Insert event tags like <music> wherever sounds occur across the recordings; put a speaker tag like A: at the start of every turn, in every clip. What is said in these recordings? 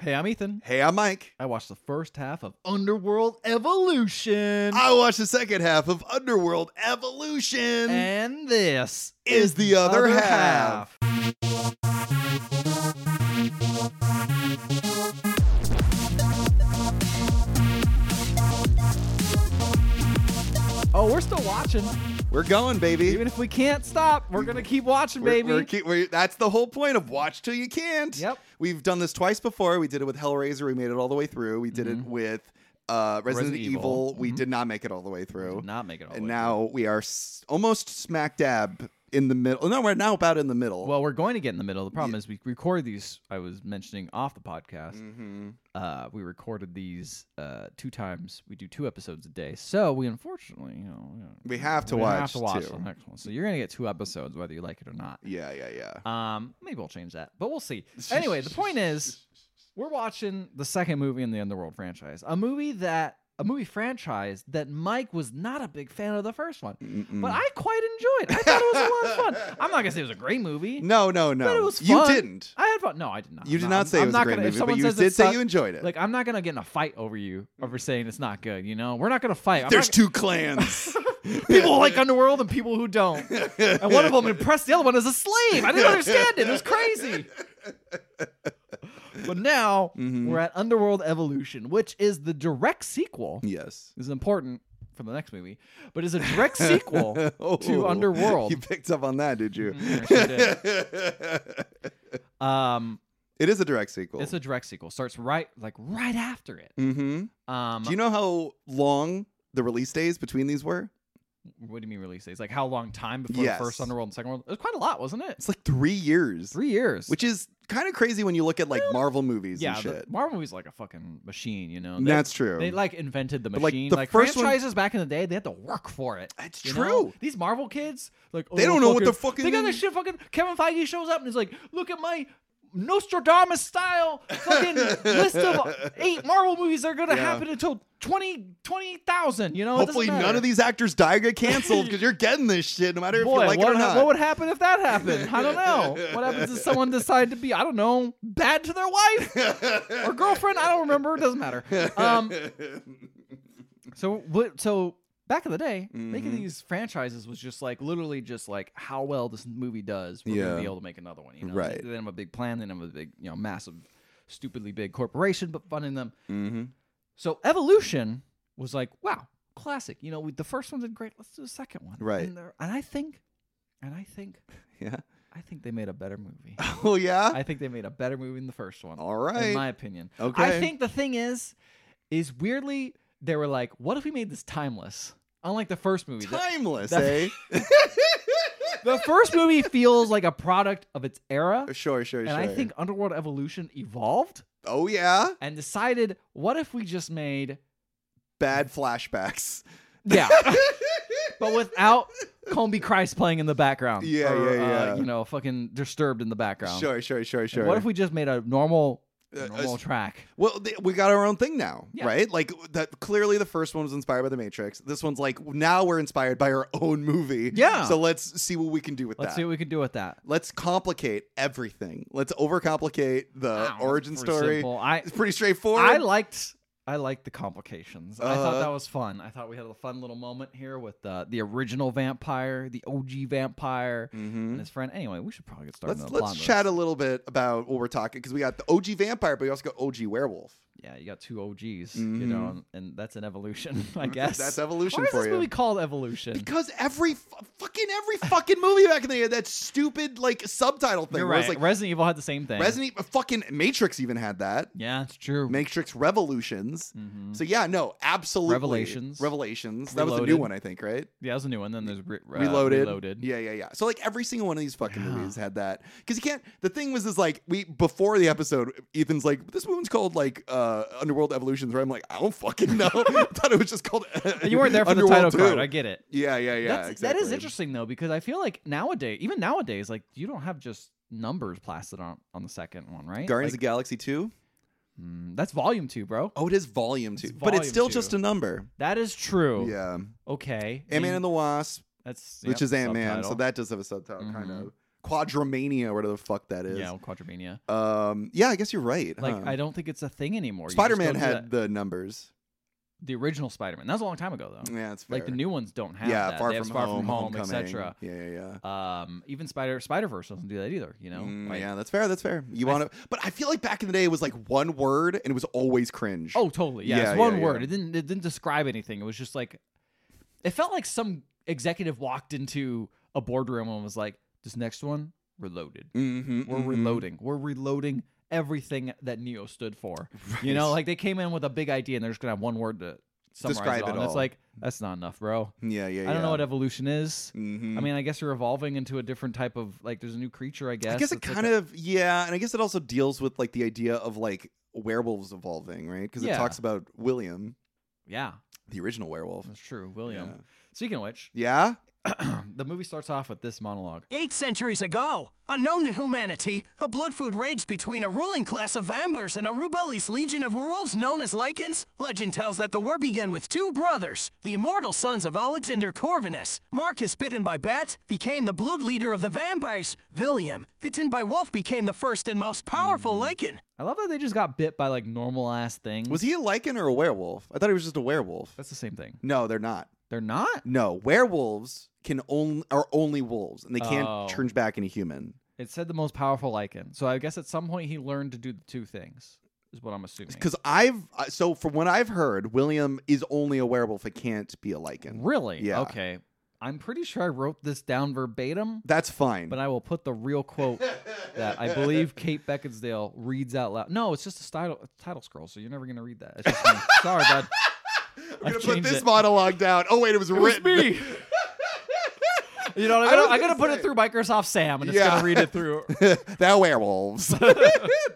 A: Hey, I'm Ethan.
B: Hey, I'm Mike.
A: I watched the first half of Underworld Evolution.
B: I watched the second half of Underworld Evolution.
A: and this
B: Is the other half.
A: Oh, we're still watching.
B: we're going, baby.
A: Even if we can't stop, we're going to keep watching,
B: We're-
A: baby.
B: we're keep- we're- that's the whole point of watch till you can't.
A: Yep.
B: We've done this twice before. We did it with Hellraiser. We made it all the way through. We did it with uh,
A: Mm-hmm.
B: Resident,
A: Resident
B: Evil.
A: Evil.
B: We
A: Mhm.
B: did not make it all the way through.
A: Did not make it all the
B: and
A: way
B: now we are s- almost smack dab in the middle. No, we're now about in the middle.
A: through. Well, we're going to get in the middle. The problem is we record these, I was mentioning off the podcast.
B: hmm
A: uh, we recorded these uh, two times. We do two episodes a day, so we unfortunately, you know, you know,
B: We have to
A: we
B: watch,
A: have to watch
B: two.
A: the next one. So you're gonna get two episodes, whether you like it or not.
B: Yeah, yeah, yeah.
A: Um, maybe we'll change that, but we'll
B: <laughs>
A: see. Anyway, the point is, we're watching the second movie in the Underworld franchise, a movie that a movie franchise that Mike was not a big fan of the first one, but I quite enjoyed. it. I thought it was a lot of fun. I'm not gonna say it was a great movie.
B: no, no, no.
A: But it was fun.
B: You didn't.
A: I had fun. No, I did not.
B: You did
A: No,
B: not
A: I'm-
B: say
A: I'm
B: it was
A: not
B: a great
A: gonna- if
B: movie, but
A: someone
B: you
A: says
B: did
A: it
B: say
A: sucked-
B: you enjoyed it.
A: Like I'm not gonna get in a fight over you over saying it's not good. You know, we're not gonna fight. I'm
B: There's
A: not-
B: two clans.
A: people like Underworld and people who don't, <laughs> and one of
B: <laughs>
A: them impressed the other one as a slave. I didn't understand it. It was crazy. But now
B: Mm-hmm.
A: we're at Underworld Evolution, which is the direct sequel.
B: yes.
A: This is important for the next movie, but is a direct <laughs>
B: <laughs>
A: sequel
B: Oh,
A: to Underworld.
B: You picked up on that, did you?
A: Mm, I sure Um,
B: <laughs> it is a direct sequel.
A: it's a direct sequel. Starts right like right after it.
B: hmm
A: Um,
B: Do you know how long the release days between these were?
A: what do you mean release days? Like how long time before
B: Yes.
A: the first Underworld and second world? It was quite a lot, wasn't it?
B: It's like three years,
A: Three years.
B: which is kind of crazy when you look at like Marvel movies
A: yeah,
B: and
A: the-
B: shit.
A: Marvel movies like a fucking machine, you know. They,
B: That's true.
A: They like invented the
B: But, like,
A: machine.
B: the
A: like
B: first one-
A: franchises back in the day, they had to work for it.
B: That's
A: you
B: true.
A: know? These Marvel kids, like
B: They
A: oh,
B: don't know what the fucking-
A: They got this shit. Fucking Kevin Feige shows up and is like, "Look at my." Nostradamus style
B: <laughs>
A: fucking list of eight Marvel movies that are gonna
B: Yeah.
A: happen until 20 20,000, you know? It doesn't
B: Hopefully, none
A: matter.
B: of these actors die or
A: <laughs>
B: get canceled because you're getting this shit no matter
A: Boy,
B: if you like
A: what,
B: it or
A: ha-
B: not.
A: what would happen if that happened? I don't
B: <laughs>
A: know. What happens if someone decided to be, I don't know, bad to their wife
B: <laughs>
A: or girlfriend? I don't remember. It doesn't matter. Um, so what? So back in the day,
B: Mm-hmm.
A: making these franchises was just like literally just like how well this movie does. We're
B: Yeah.
A: gonna be able to make another one. You know?
B: Right.
A: They didn't have a big plan. They didn't have a big, you know, massive, stupidly big corporation, but funding them.
B: <laughs> mm-hmm.
A: So evolution was like, wow, classic. You know, we, the first one did great. Let's do the second one.
B: Right.
A: And, there- and I think, and I think,
B: Yeah. <laughs>
A: I think they made a better movie.
B: Oh yeah.
A: I think they made a better movie than the first one.
B: All
A: In
B: right.
A: my opinion.
B: Okay.
A: I think the thing is, is weirdly they were like, what if we made this timeless? Unlike the first movie. The-
B: Timeless,
A: that-
B: eh?
A: <laughs>
B: <laughs>
A: the first movie feels like a product of its era.
B: sure, sure,
A: And
B: sure.
A: I think Underworld Evolution evolved
B: Oh yeah.
A: and decided, what if we just
B: <laughs>
A: made
B: Bad flashbacks. <laughs>
A: Yeah. but without Comby Christ playing in the background.
B: Yeah,
A: or,
B: yeah, yeah.
A: Uh, you know, fucking disturbed in the background.
B: Sure, sure, sure, sure.
A: What if we just made a normal,
B: Uh, uh,
A: normal track?
B: Well, th- we got our own thing now,
A: Yeah.
B: right? Like that. Clearly, the first one was inspired by the Matrix. This one's like now we're inspired by our own movie.
A: Yeah.
B: So let's see what we can do with
A: Let's
B: that.
A: see what we can do with that.
B: let's complicate everything. Let's overcomplicate
A: I
B: the
A: don't know,
B: uh, origin
A: it's pretty
B: story.
A: simple. I
B: It's pretty straightforward.
A: I liked I liked the complications. I
B: Uh,
A: thought that was fun. I thought we had a fun little moment here with uh, the original vampire, the OG vampire,
B: Mhm.
A: and his friend. Anyway, we should probably get started.
B: Let's
A: on the plot
B: let's
A: of this.
B: chat a little bit about what we're talking because we got the OG vampire, but we also got OG werewolf.
A: Yeah, you got two OGs, you know, and, and that's an evolution, <laughs> I guess.
B: Mm-hmm. That's evolution
A: Why is
B: for
A: this
B: you.
A: movie called Evolution?
B: Because every f- fucking every fucking movie back in the day had that stupid like subtitle thing.
A: You're
B: where
A: right.
B: it's like
A: Resident Evil had the same thing.
B: Resident Evil, fucking Matrix even had that.
A: Yeah, it's true.
B: Matrix Revolutions. So yeah, no, absolutely.
A: Mm-hmm. Revelations.
B: Revelations. That was the new
A: Reloaded.
B: one, I think, right?
A: yeah, that was a new one. Then there's re- uh,
B: Reloaded.
A: Reloaded.
B: Yeah, yeah, yeah. So like every single one of these fucking movies had that. Because you can't the thing was is like we before the episode, Ethan's like, this one's called like uh Underworld Evolutions, right? I'm like, I don't fucking know. <laughs> I thought it was just called uh,
A: And you weren't there for
B: Underworld
A: the title card.
B: 2.
A: I get it.
B: yeah, yeah, yeah.
A: That's, That is
B: exactly.
A: interesting though, because I feel like nowadays, even nowadays, like you don't have just numbers plastered on on the second one, right?
B: Guardians
A: Like,
B: of the Galaxy 2.
A: mm, that's volume two, bro.
B: Oh, it is volume two.
A: It's
B: but it's
A: volume
B: still
A: two.
B: just a number.
A: That is true.
B: Yeah.
A: Okay.
B: Ant Man and the Wasp,
A: that's
B: which
A: yep,
B: is Ant Man, so
A: subtitle.
B: that does have a subtitle, kind
A: Mhm.
B: of. Quadromania, or whatever the fuck that is.
A: Yeah, Quadromania.
B: Um, yeah, I guess you're right.
A: Like
B: huh?
A: I don't think it's a thing anymore. You just
B: Spider-Man
A: go do
B: had
A: that-
B: the numbers.
A: the original Spider-Man. That was a long time ago though.
B: Yeah, it's Mm, fair.
A: Like the new ones don't have
B: yeah,
A: that.
B: far,
A: they
B: from
A: have Far
B: home,
A: From Home,
B: Homecoming.
A: etc.
B: Yeah, yeah, yeah.
A: Um, even Spider Spider Verse doesn't do that either. You know.
B: Mm,
A: Like-
B: yeah, that's fair. That's fair. You want to, but I feel like back in the day it was like one word and it was always cringe.
A: Oh, totally. Yeah,
B: Yeah,
A: it's one
B: yeah,
A: word.
B: yeah.
A: It didn't. It didn't describe anything. It was just like, it felt like some executive walked into a boardroom and was like, "This next one, reloaded.
B: mm-hmm,
A: We're reloading. We're reloading everything that Neo stood for." You know, like they came in with a big idea and they're just gonna have one word to summarize
B: Describe
A: it all.
B: it
A: And it's
B: all.
A: like that's not enough, bro.
B: Yeah, yeah.
A: I don't know what evolution is.
B: hmm
A: I mean, I guess you're evolving into a different type of like. There's a new creature, I guess.
B: I guess it
A: that's like
B: kind
A: a-
B: of yeah, and I guess it also deals with like the idea of like werewolves evolving, right? Because
A: Yeah.
B: it talks about William,
A: yeah,
B: the original werewolf.
A: that's true. William. Speaking of which, <clears throat>
B: Yeah.
A: the movie starts off with this monologue.
C: Eight centuries ago, unknown to humanity, a blood feud raged between a ruling class of amblers and a rebellious legion of werewolves known as Lycans. Legend tells that the war began with two brothers, the immortal sons of Alexander Corvinus. Marcus, bitten by bats, became the blood leader of the vampires. William, bitten by wolf, became the first and most
D: Hmm.
C: powerful Lycan.
A: I love that they just got bit by like normal ass things.
B: Was he a lycan or a werewolf? I thought he was just a werewolf.
A: That's the same thing.
B: No, they're not.
A: They're not.
B: No, werewolves can only are only wolves, and they can't
A: Oh.
B: turn back into human.
A: It said the most powerful lichen. So I guess at some point he learned to do the two things. Is what I'm assuming.
B: Because I've uh, so from what I've heard, William is only a werewolf. It can't be a lycan.
A: really?
B: Yeah.
A: Okay. I'm pretty sure I wrote this down verbatim,
B: That's fine.
A: but I will put the real quote that I believe Kate Beckinsdale reads out loud. No, it's just a title a title scroll, so you're never gonna read that. It's just
B: <laughs>
A: me. Sorry, bud.
B: I'm
A: I've
B: gonna put
A: changed
B: this
A: it.
B: monologue down. Oh wait, it was written.
A: me.
B: <laughs>
A: You know, what
B: I
A: I'm
B: was
A: gonna, I'm
B: gonna
A: gonna put
B: say-
A: it through Microsoft Sam, and it's
B: Yeah.
A: gonna read it through.
B: <laughs>
A: <laughs>
B: They're werewolves.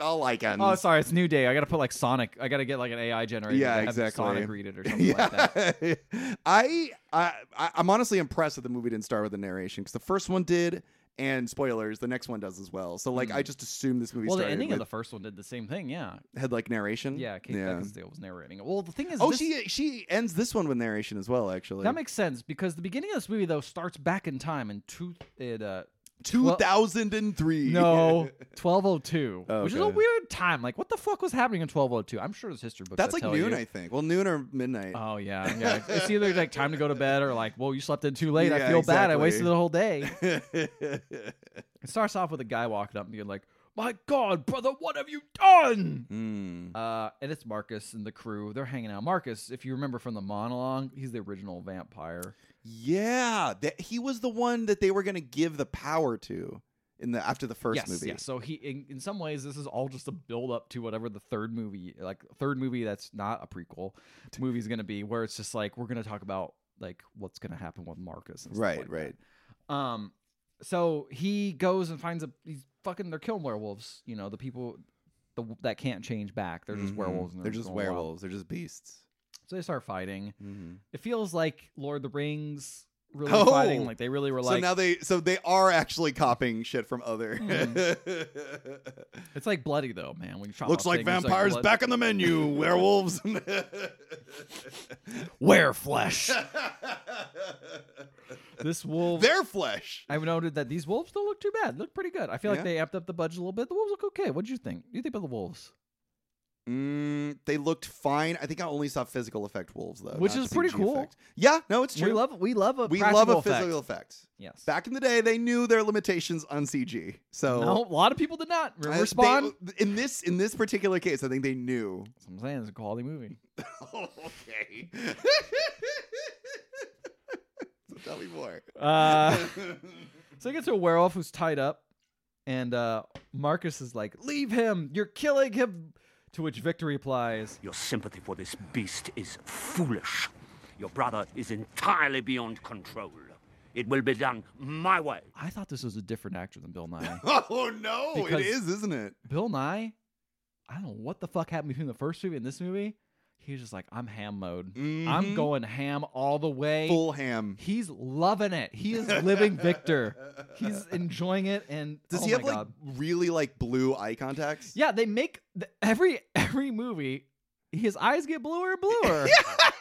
B: All lycans. <laughs>
A: Oh, sorry, it's New Day. I gotta put like Sonic. I gotta get like an AI generator.
B: Yeah,
A: to have
B: exactly.
A: Sonic read
B: <laughs>
A: it or something like that.
B: yeah. I, I I- I'm honestly impressed that the movie didn't start with the narration because the first one did, and spoilers, the next one does as well. So like, I just assumed this movie
A: Hmm. Well, the
B: started
A: ending of
B: with
A: the first one did the same thing. Yeah,
B: had like narration.
A: yeah. Kate Beckinsdale was narrating it. Well, the thing is,
B: Oh,
A: this-
B: she she ends this one with narration as well. Actually,
A: that makes sense because the beginning of this movie though starts back in time in two it
B: <laughs>
A: uh
B: 2003. <laughs>
A: no 1202, which is a
B: Okay.
A: weird time. Like, what the fuck was happening in 1202? I'm sure there's history books.
B: That's
A: that
B: like
A: tell
B: noon,
A: you.
B: I think. Well, noon or midnight.
A: Oh yeah, yeah. It's either like time to go to bed or like, whoa, you slept in too late. I
B: Yeah,
A: feel bad. I
B: exactly.
A: wasted the whole day.
B: <laughs>
A: It starts off with a guy walking up and being like, "My God, brother, what have you done?"
B: Hmm.
A: Uh, and it's Marcus and the crew. They're hanging out. Marcus, if you remember from the monologue, he's the original vampire.
B: Yeah, that he was the one that they were gonna give the power to in the after the first
A: yes,
B: movie.
A: yes. So he, in, in some ways, this is all just a build up to whatever the third movie, like third movie that's not a
B: <laughs>
A: prequel, movie is going to be, where it's just like we're going to talk about like what's going to happen with Marcus. And stuff
B: Right,
A: like that.
B: right.
A: Um, so he goes and finds a he's fucking they're killing werewolves. You know the people. The, that can't change back. They're just
B: Mhm.
A: werewolves. And
B: They're just
A: going wild. Mm-hmm.
B: werewolves. They're just beasts.
A: So they start fighting.
B: Mhm.
A: it feels like Lord of the Rings really
B: Oh.
A: fighting. Like they really were
B: so
A: like
B: now they so they are actually copying shit from other.
A: Mm-hmm.
B: <laughs>
A: it's like bloody though, man. When you chop
B: Looks
A: off
B: like
A: things, it's
B: vampires
A: blood-
B: back on the <laughs> menu. Werewolves.
A: Where
B: <laughs>
A: flesh? this wolf.
B: Their flesh.
A: I've noted that these wolves don't look too bad. Look pretty good. I feel
B: Yeah.
A: like they amped up the budget a little bit. The wolves look okay. What did you think? What do you think about the wolves?
B: Mm, they looked fine. I think I only saw physical effect wolves though,
A: Which
B: not
A: is pretty
B: CG
A: cool.
B: effect. Yeah, no, it's true.
A: We love we love a
B: We love
A: practical
B: a
A: effect.
B: physical effect.
A: Yes.
B: Back in the day, they knew their limitations on CG. So
A: no, a lot of people did not
B: I- they-
A: respond.
B: in this in this particular case, I think they knew. <laughs>
A: That's what I'm saying it's a quality movie.
B: okay. <laughs> so tell me more. <laughs>
A: Uh, so they get to a werewolf who's tied up, and uh, Marcus is like, "Leave him! You're killing him!" To which Victor replies,
D: Your sympathy for this beast is foolish. Your brother is entirely beyond control. It will be done my way.
A: I thought this was a different actor than Bill
B: <laughs>
A: Nye.
B: oh no,
A: Because-
B: it is, isn't it?
A: Bill Nye, I don't know what the fuck happened between the first movie and this movie. He's just like, I'm ham mode. I'm
B: Mhm.
A: going ham all the way.
B: Full ham.
A: He's loving it. He is living Victor. He's enjoying it. And
B: <laughs> Does
A: oh
B: he
A: my
B: have like
A: God.
B: really like blue eye contacts?
A: Yeah, they make th- every every movie. his eyes get bluer and
B: <laughs>
A: bluer.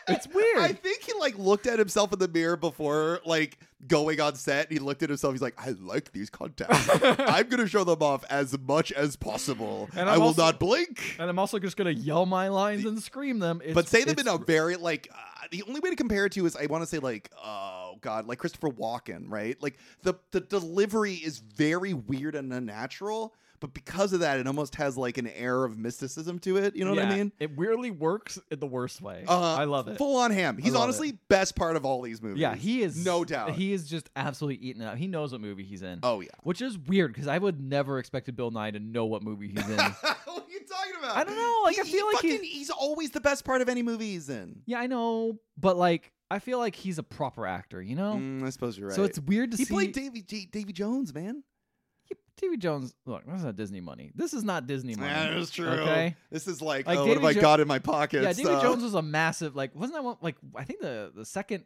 A: It's weird.
B: I think he like looked at himself in the mirror before like going on set. He looked at himself. He's like, I like
A: <laughs>
B: these contacts. I'm gonna show them off as much as possible.
A: And
B: I
A: I'm
B: will
A: also-
B: not blink.
A: and I'm also just gonna yell my lines and scream them. It's,
B: But say them
A: it's-
B: in a very like uh, the only way to compare it to is I want to say like oh god like Christopher Walken right like the the delivery is very weird and unnatural but because of that it almost has like an air of mysticism to it you know what I
A: Yeah,
B: mean
A: It weirdly works in the worst way.
B: uh,
A: I love it.
B: full on ham he's
A: love
B: honestly best part of all these movies
A: yeah, he is
B: no doubt
A: He is just absolutely eating it up. He knows what movie he's in.
B: oh yeah
A: Which is weird because I would never expected Bill Nye to know <laughs> what movie he's
B: <laughs>
A: in.
B: what are you talking about
A: I don't know. Like
B: He-
A: I
B: he
A: feel like
B: fucking,
A: he's.
B: he's always the best part of any movie he's in
A: Yeah, I know, but like I feel like he's a proper actor, you know.
B: Mm, I suppose you're right
A: So it's weird to
B: he
A: see.
B: played Davy J- Davy Jones man
A: Yeah, Davy Jones. Look, that's not Disney money. This is not Disney money.
B: That is true.
A: Okay.
B: This is like,
A: Like,
B: oh, what have
A: Davy
B: I
A: Jo-
B: got in my Uh, pocket?
A: yeah, Davy
B: stuff.
A: Jones was a massive. Like, wasn't that one? Like, I think the the second,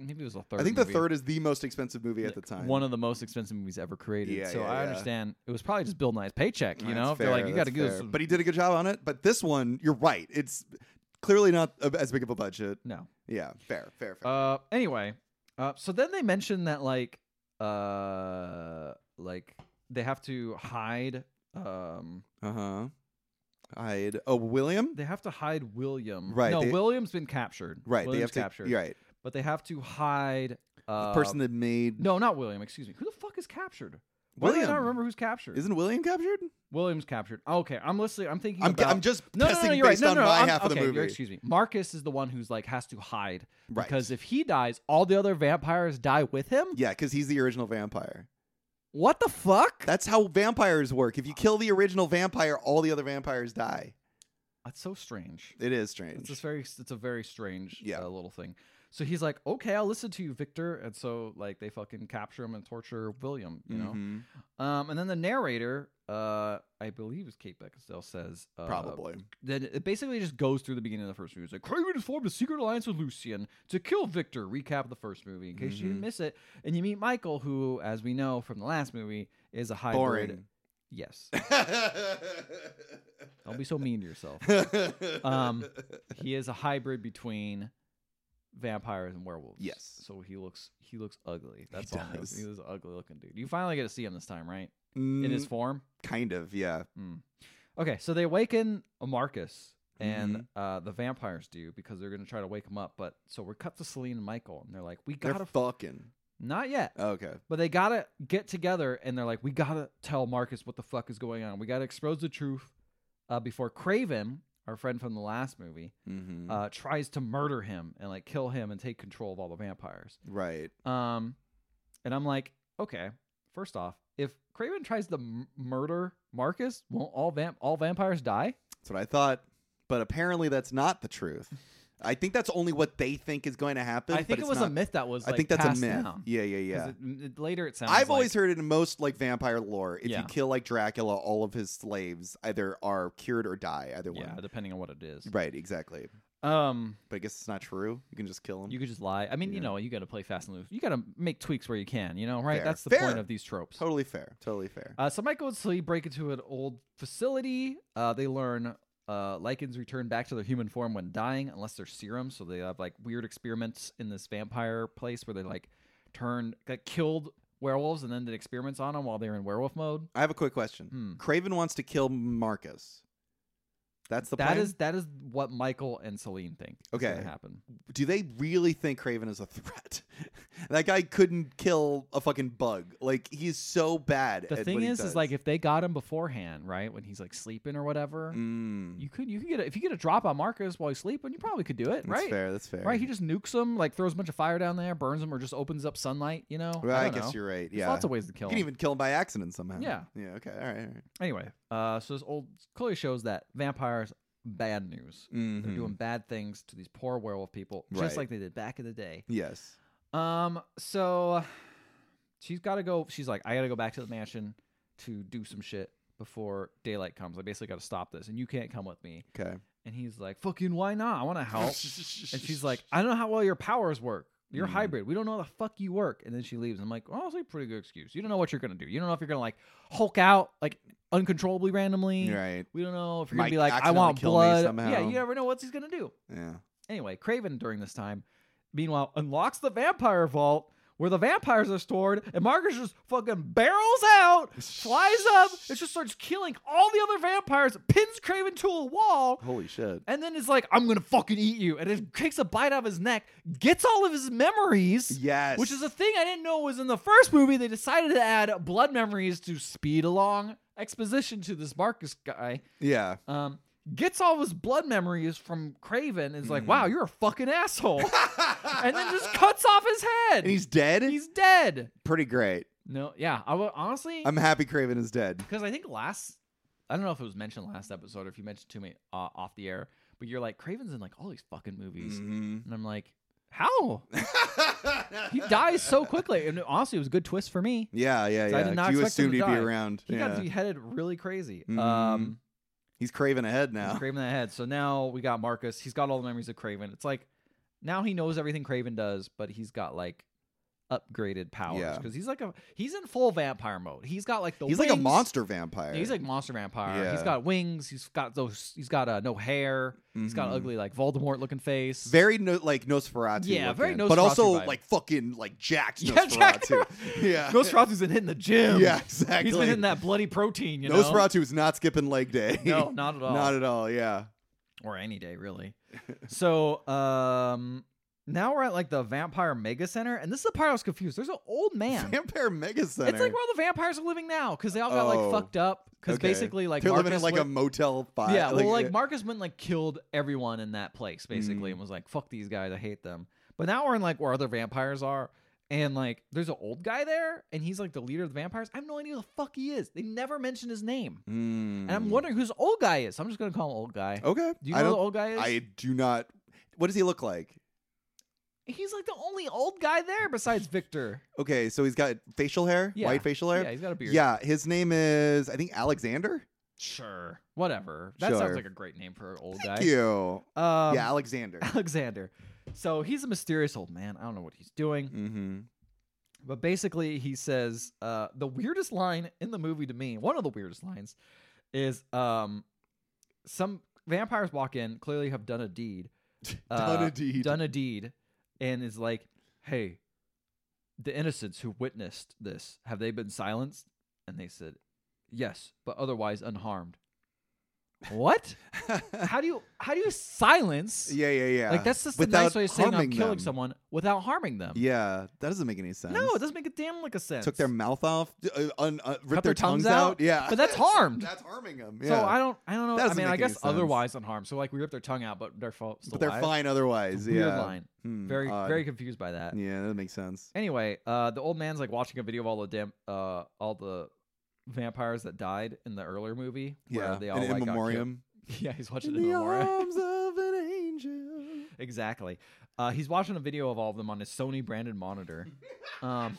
A: maybe it was the third.
B: I think the
A: movie.
B: third is the most expensive movie at the time.
A: One of the most expensive movies ever created.
B: Yeah,
A: so
B: yeah,
A: I
B: yeah.
A: understand it was probably just Bill Nye's paycheck. You
B: That's
A: know, If they're
B: fair,
A: like, you got to
B: that's
A: give
B: fair.
A: us.
B: But he did a good job on it. But this one, you're right. It's clearly not a- as big of a budget.
A: <laughs> no.
B: Yeah, fair, fair, fair.
A: Uh, anyway, uh, so then they mentioned that like, uh, like they have to hide. Um,
B: Uh huh. I'd oh William.
A: they have to hide William.
B: Right,
A: No,
B: they-
A: William's been captured.
B: Right,
A: William's
B: they have
A: captured.
B: to. Right,
A: But they have to hide.
B: the
A: Uh,
B: person that made
A: No, not William. Excuse me. Who the fuck is captured? Why do I
B: William.
A: not remember who's captured?
B: Isn't William captured?
A: William's captured? Okay, I'm listening. I'm thinking.
B: I'm, ca-
A: about...
B: I'm just
A: no, no, no,
B: guessing
A: no, you're right.
B: based
A: No,
B: on
A: no, no,
B: my
A: I'm-
B: half
A: okay,
B: of the
A: you're-
B: movie.
A: Excuse me. Marcus is the one who's like has to hide
B: Right.
A: because if he dies, all the other vampires die with him.
B: yeah, because he's the original vampire.
A: What the fuck?
B: That's how vampires work. If you kill the original vampire, all the other vampires die.
A: That's so strange.
B: It is strange.
A: It's just very. It's a very strange
B: Yeah.
A: uh, little thing. So he's like, okay, I'll listen to you, Victor. And so like they fucking capture him and torture William. You know.
B: Mhm.
A: Um, and then the narrator, uh, I believe is Kate Beckinsale, says uh,
B: probably.
A: Then it basically just goes through the beginning of the first movie. It's like Kraven has formed a secret alliance with Lucian to kill Victor. Recap of the first movie in case you
B: Mm-hmm.
A: didn't miss it, and you meet Michael, who, as we know from the last movie, is a hybrid.
B: Boring.
A: Yes, don't be so mean to yourself.
B: <laughs>
A: Um, he is a hybrid between vampires and werewolves.
B: Yes.
A: So he looks he looks ugly. That's all. He,
B: does.
A: is. he was an ugly looking dude. You finally get to see him this time, right?
B: Mm,
A: In his form.
B: kind of, yeah.
A: Mm. Okay, so they awaken a Marcus and uh, the vampires do because they're going to try to wake him up. But so we're cut to Celine and Michael, and they're like, "We
B: They're
A: gotta, f-
B: fucking.
A: not yet,
B: Okay.
A: but they gotta get together." And they're like, "We gotta tell Marcus what the fuck is going on. We gotta expose the truth uh, before Craven, our friend from the last movie,
B: Mm-hmm.
A: uh, tries to murder him and like kill him and take control of all the vampires."
B: right.
A: Um, and I'm like, okay. First off, if Craven tries to m- murder Marcus, won't all vamp all vampires die?
B: That's what I thought. But apparently, that's not the truth. I think that's only what they think is going to happen.
A: I
B: but
A: think it
B: it's
A: was a
B: not-
A: myth that was.
B: I
A: like,
B: think that's a
A: passed
B: myth.
A: down.
B: Yeah, yeah,
A: 'Cause
B: yeah.
A: it- it- later it sounds.
B: I've always
A: like-
B: heard in most like vampire lore, if
A: Yeah.
B: you kill like Dracula, all of his slaves either are cured or die. Either
A: Yeah,
B: one.
A: depending on what it is.
B: Right. Exactly.
A: Um,
B: But I guess it's not true. You can just kill them.
A: you could just lie. I mean, you know, you got to play fast and loose. You got to make tweaks where you can. You know, right?
B: Fair.
A: That's the
B: Fair.
A: point of these tropes.
B: Totally fair. Totally fair.
A: Uh, so Michael and Slee break into an old facility. Uh, they learn uh, lichens return back to their human form when dying, unless they're serum. So they have like weird experiments in this vampire place where they like turned, like, killed werewolves and then did experiments on them while they were in werewolf mode.
B: I have a quick question.
A: Hmm.
B: Craven wants to kill Marcus. That's the
A: That
B: plan?
A: is that is what Michael and Celine think. is gonna
B: Okay.
A: happen.
B: Do they really think Craven is a threat? <laughs> that guy couldn't kill a fucking bug. Like he's so bad.
A: The
B: at
A: thing
B: what he
A: is, is
B: does.
A: like if they got him beforehand, right, when he's like sleeping or whatever,
B: Mm,
A: you could you could get a, if you get a drop on Marcus while he's sleeping, you probably could do it,
B: that's
A: right?
B: fair. That's fair.
A: Right, he just nukes him, like throws a bunch of fire down there, burns him, or just opens up sunlight. You know,
B: Well, I,
A: don't
B: guess
A: know.
B: you're right.
A: There's
B: Yeah.
A: lots of ways to
B: you
A: kill
B: can
A: him.
B: even kill him by accident somehow.
A: Yeah.
B: Yeah. Okay. All right. All right.
A: Anyway, uh, so this old clearly shows that vampires bad news. They're
B: Mhm.
A: doing bad things to these poor werewolf people, just
B: Right.
A: like they did back in the day.
B: Yes.
A: Um, so she's got to go. She's like, I got to go back to the mansion to do some shit before daylight comes. I basically got to stop this, and you can't come with me. <laughs>
B: Okay.
A: And he's like, "Fucking why not? I want to help." and she's like, "I don't know how well your powers work." You're
B: Mm.
A: hybrid. We don't know how the fuck you work. And then she leaves. I'm like, well, that's a pretty good excuse. You don't know what you're gonna do. You don't know if you're gonna like Hulk out like uncontrollably randomly.
B: Right.
A: We don't know if you're
B: Might
A: gonna be like, I
B: accidentally
A: want
B: kill me
A: blood. Yeah,
B: somehow.
A: you never know what he's gonna do.
B: Yeah.
A: Anyway, Craven during this time, meanwhile, unlocks the vampire vault where the vampires are stored, and Marcus just fucking barrels out, flies up, and just starts killing all the other vampires, pins Craven to a wall,
B: Holy shit.
A: and then is like, I'm gonna fucking eat you. And it takes a bite out of his neck, gets all of his memories.
B: Yes.
A: Which is a thing I didn't know was in the first movie. They decided to add blood memories to speed along exposition to this Marcus guy
B: yeah. <laughs>
A: um, gets all his blood memories from Craven and is
B: Mm.
A: like, wow, you're a fucking
B: <laughs>
A: asshole. and then just cuts off his head.
B: And he's dead.
A: He's dead.
B: pretty great.
A: No, yeah. I would honestly,
B: I'm happy Craven is dead.
A: because I think last, I don't know if it was mentioned last episode or if you mentioned to me uh, off the air, but you're like, Craven's in like all these fucking movies.
B: Mm.
A: And I'm like, how? he dies so quickly. And honestly, it was a good twist for me.
B: Yeah, yeah,
A: 'Cause
B: yeah.
A: I did not
B: you
A: expect him
B: assumed
A: to
B: he'd
A: die.
B: be around.
A: He
B: yeah. Mm-hmm.
A: got beheaded really crazy. Um,
B: He's Craven ahead
A: He's
B: now.
A: Craven that head. So now we got Marcus. He's got all the memories of Craven. It's like now he knows everything Craven does, but he's got like upgraded powers
B: Yeah.
A: because he's like a he's in full vampire mode. He's got like the
B: He's like a
A: wings.
B: monster vampire.
A: Yeah, he's like monster vampire. He's
B: Yeah.
A: got wings. He's got those. He's got uh, no hair. He's got an
B: Mhm.
A: ugly like Voldemort looking face.
B: very no, like Nosferatu.
A: Yeah, very
B: looking, but also
A: Nosferatu vibe.
B: like fucking like jacked
A: Yeah, jacked.
B: Nosferatu. <laughs> yeah,
A: Nosferatu's been hitting the gym.
B: <laughs> Yeah, exactly.
A: He's been hitting that bloody protein. You know,
B: Nosferatu is not skipping leg day.
A: No,
B: <laughs>
A: not at all.
B: not at all. Yeah.
A: or any day really. so um now we're at like the vampire mega center, and this is the part I was confused. There's an old man.
B: Vampire Mega Center.
A: It's like where all the vampires are living now because they all got
B: Oh.
A: like fucked up because
B: Okay.
A: basically like
B: they're
A: Marcus
B: living in like a
A: went,
B: motel five.
A: yeah well like Marcus went and, like killed everyone in that place basically
B: Mm.
A: and was like fuck these guys I hate them but now we're in like where other vampires are and like there's an old guy there and he's like the leader of the vampires I have no idea who the fuck he is they never mention his name
B: Mm.
A: and I'm wondering who's old guy is I'm just gonna call him old guy
B: Okay.
A: do you
B: I
A: know who
B: don't,
A: the old guy is
B: I do not. What does he look like?
A: he's like the only old guy there besides Victor
B: Okay, so he's got facial hair,
A: Yeah.
B: white facial hair.
A: yeah he's got a beard
B: Yeah, his name is I think Alexander.
A: sure whatever that sounds
B: Sure.
A: like a great name for an old guy
B: Thank you.
A: Um,
B: yeah, Alexander.
A: <laughs> Alexander. So he's a mysterious old man. I don't know what he's doing,
B: mm-hmm.
A: but basically he says uh, the weirdest line in the movie to me. One of the weirdest lines is um, some vampires walk in, clearly have done a deed,
B: <laughs> Done a
A: uh,
B: deed.
A: done a deed, and is like, "Hey, the innocents who witnessed this have they been silenced?" And they said, "Yes, but otherwise unharmed."
B: <laughs>
A: What? how do you how do you silence?
B: Yeah, yeah, yeah.
A: Like that's just
B: Without
A: a nice way of saying I'm
B: harming
A: killing
B: them.
A: someone without harming them.
B: Yeah, that doesn't make any sense.
A: No, it doesn't make a damn lick of sense.
B: took their mouth off, d- uh, un, uh, ripped
A: Cut
B: their, tongues, out. Yeah,
A: But
B: <laughs>
A: that's harmed.
B: that's harming them. Yeah.
A: So I don't I don't know.
B: That
A: I
B: doesn't
A: mean, I
B: make any
A: guess
B: sense.
A: otherwise unharmed. So like we rip their tongue out, but they're fo- still
B: But they're
A: alive.
B: fine otherwise.
A: Weird
B: yeah.
A: line.
B: Hmm,
A: very
B: odd.
A: very confused by that.
B: Yeah, that makes sense.
A: Anyway, uh, the old man's like watching a video of all the damn uh all the vampires that died in the earlier movie.
B: Yeah,
A: where they all
B: in,
A: like got
B: memoriam.
A: killed. <laughs> Yeah, he's watching
B: In
A: it in
B: the
A: <laughs> memoriam.
B: arms of an angel.
A: Exactly. Uh, he's watching a video of all of them on his Sony branded monitor. Um,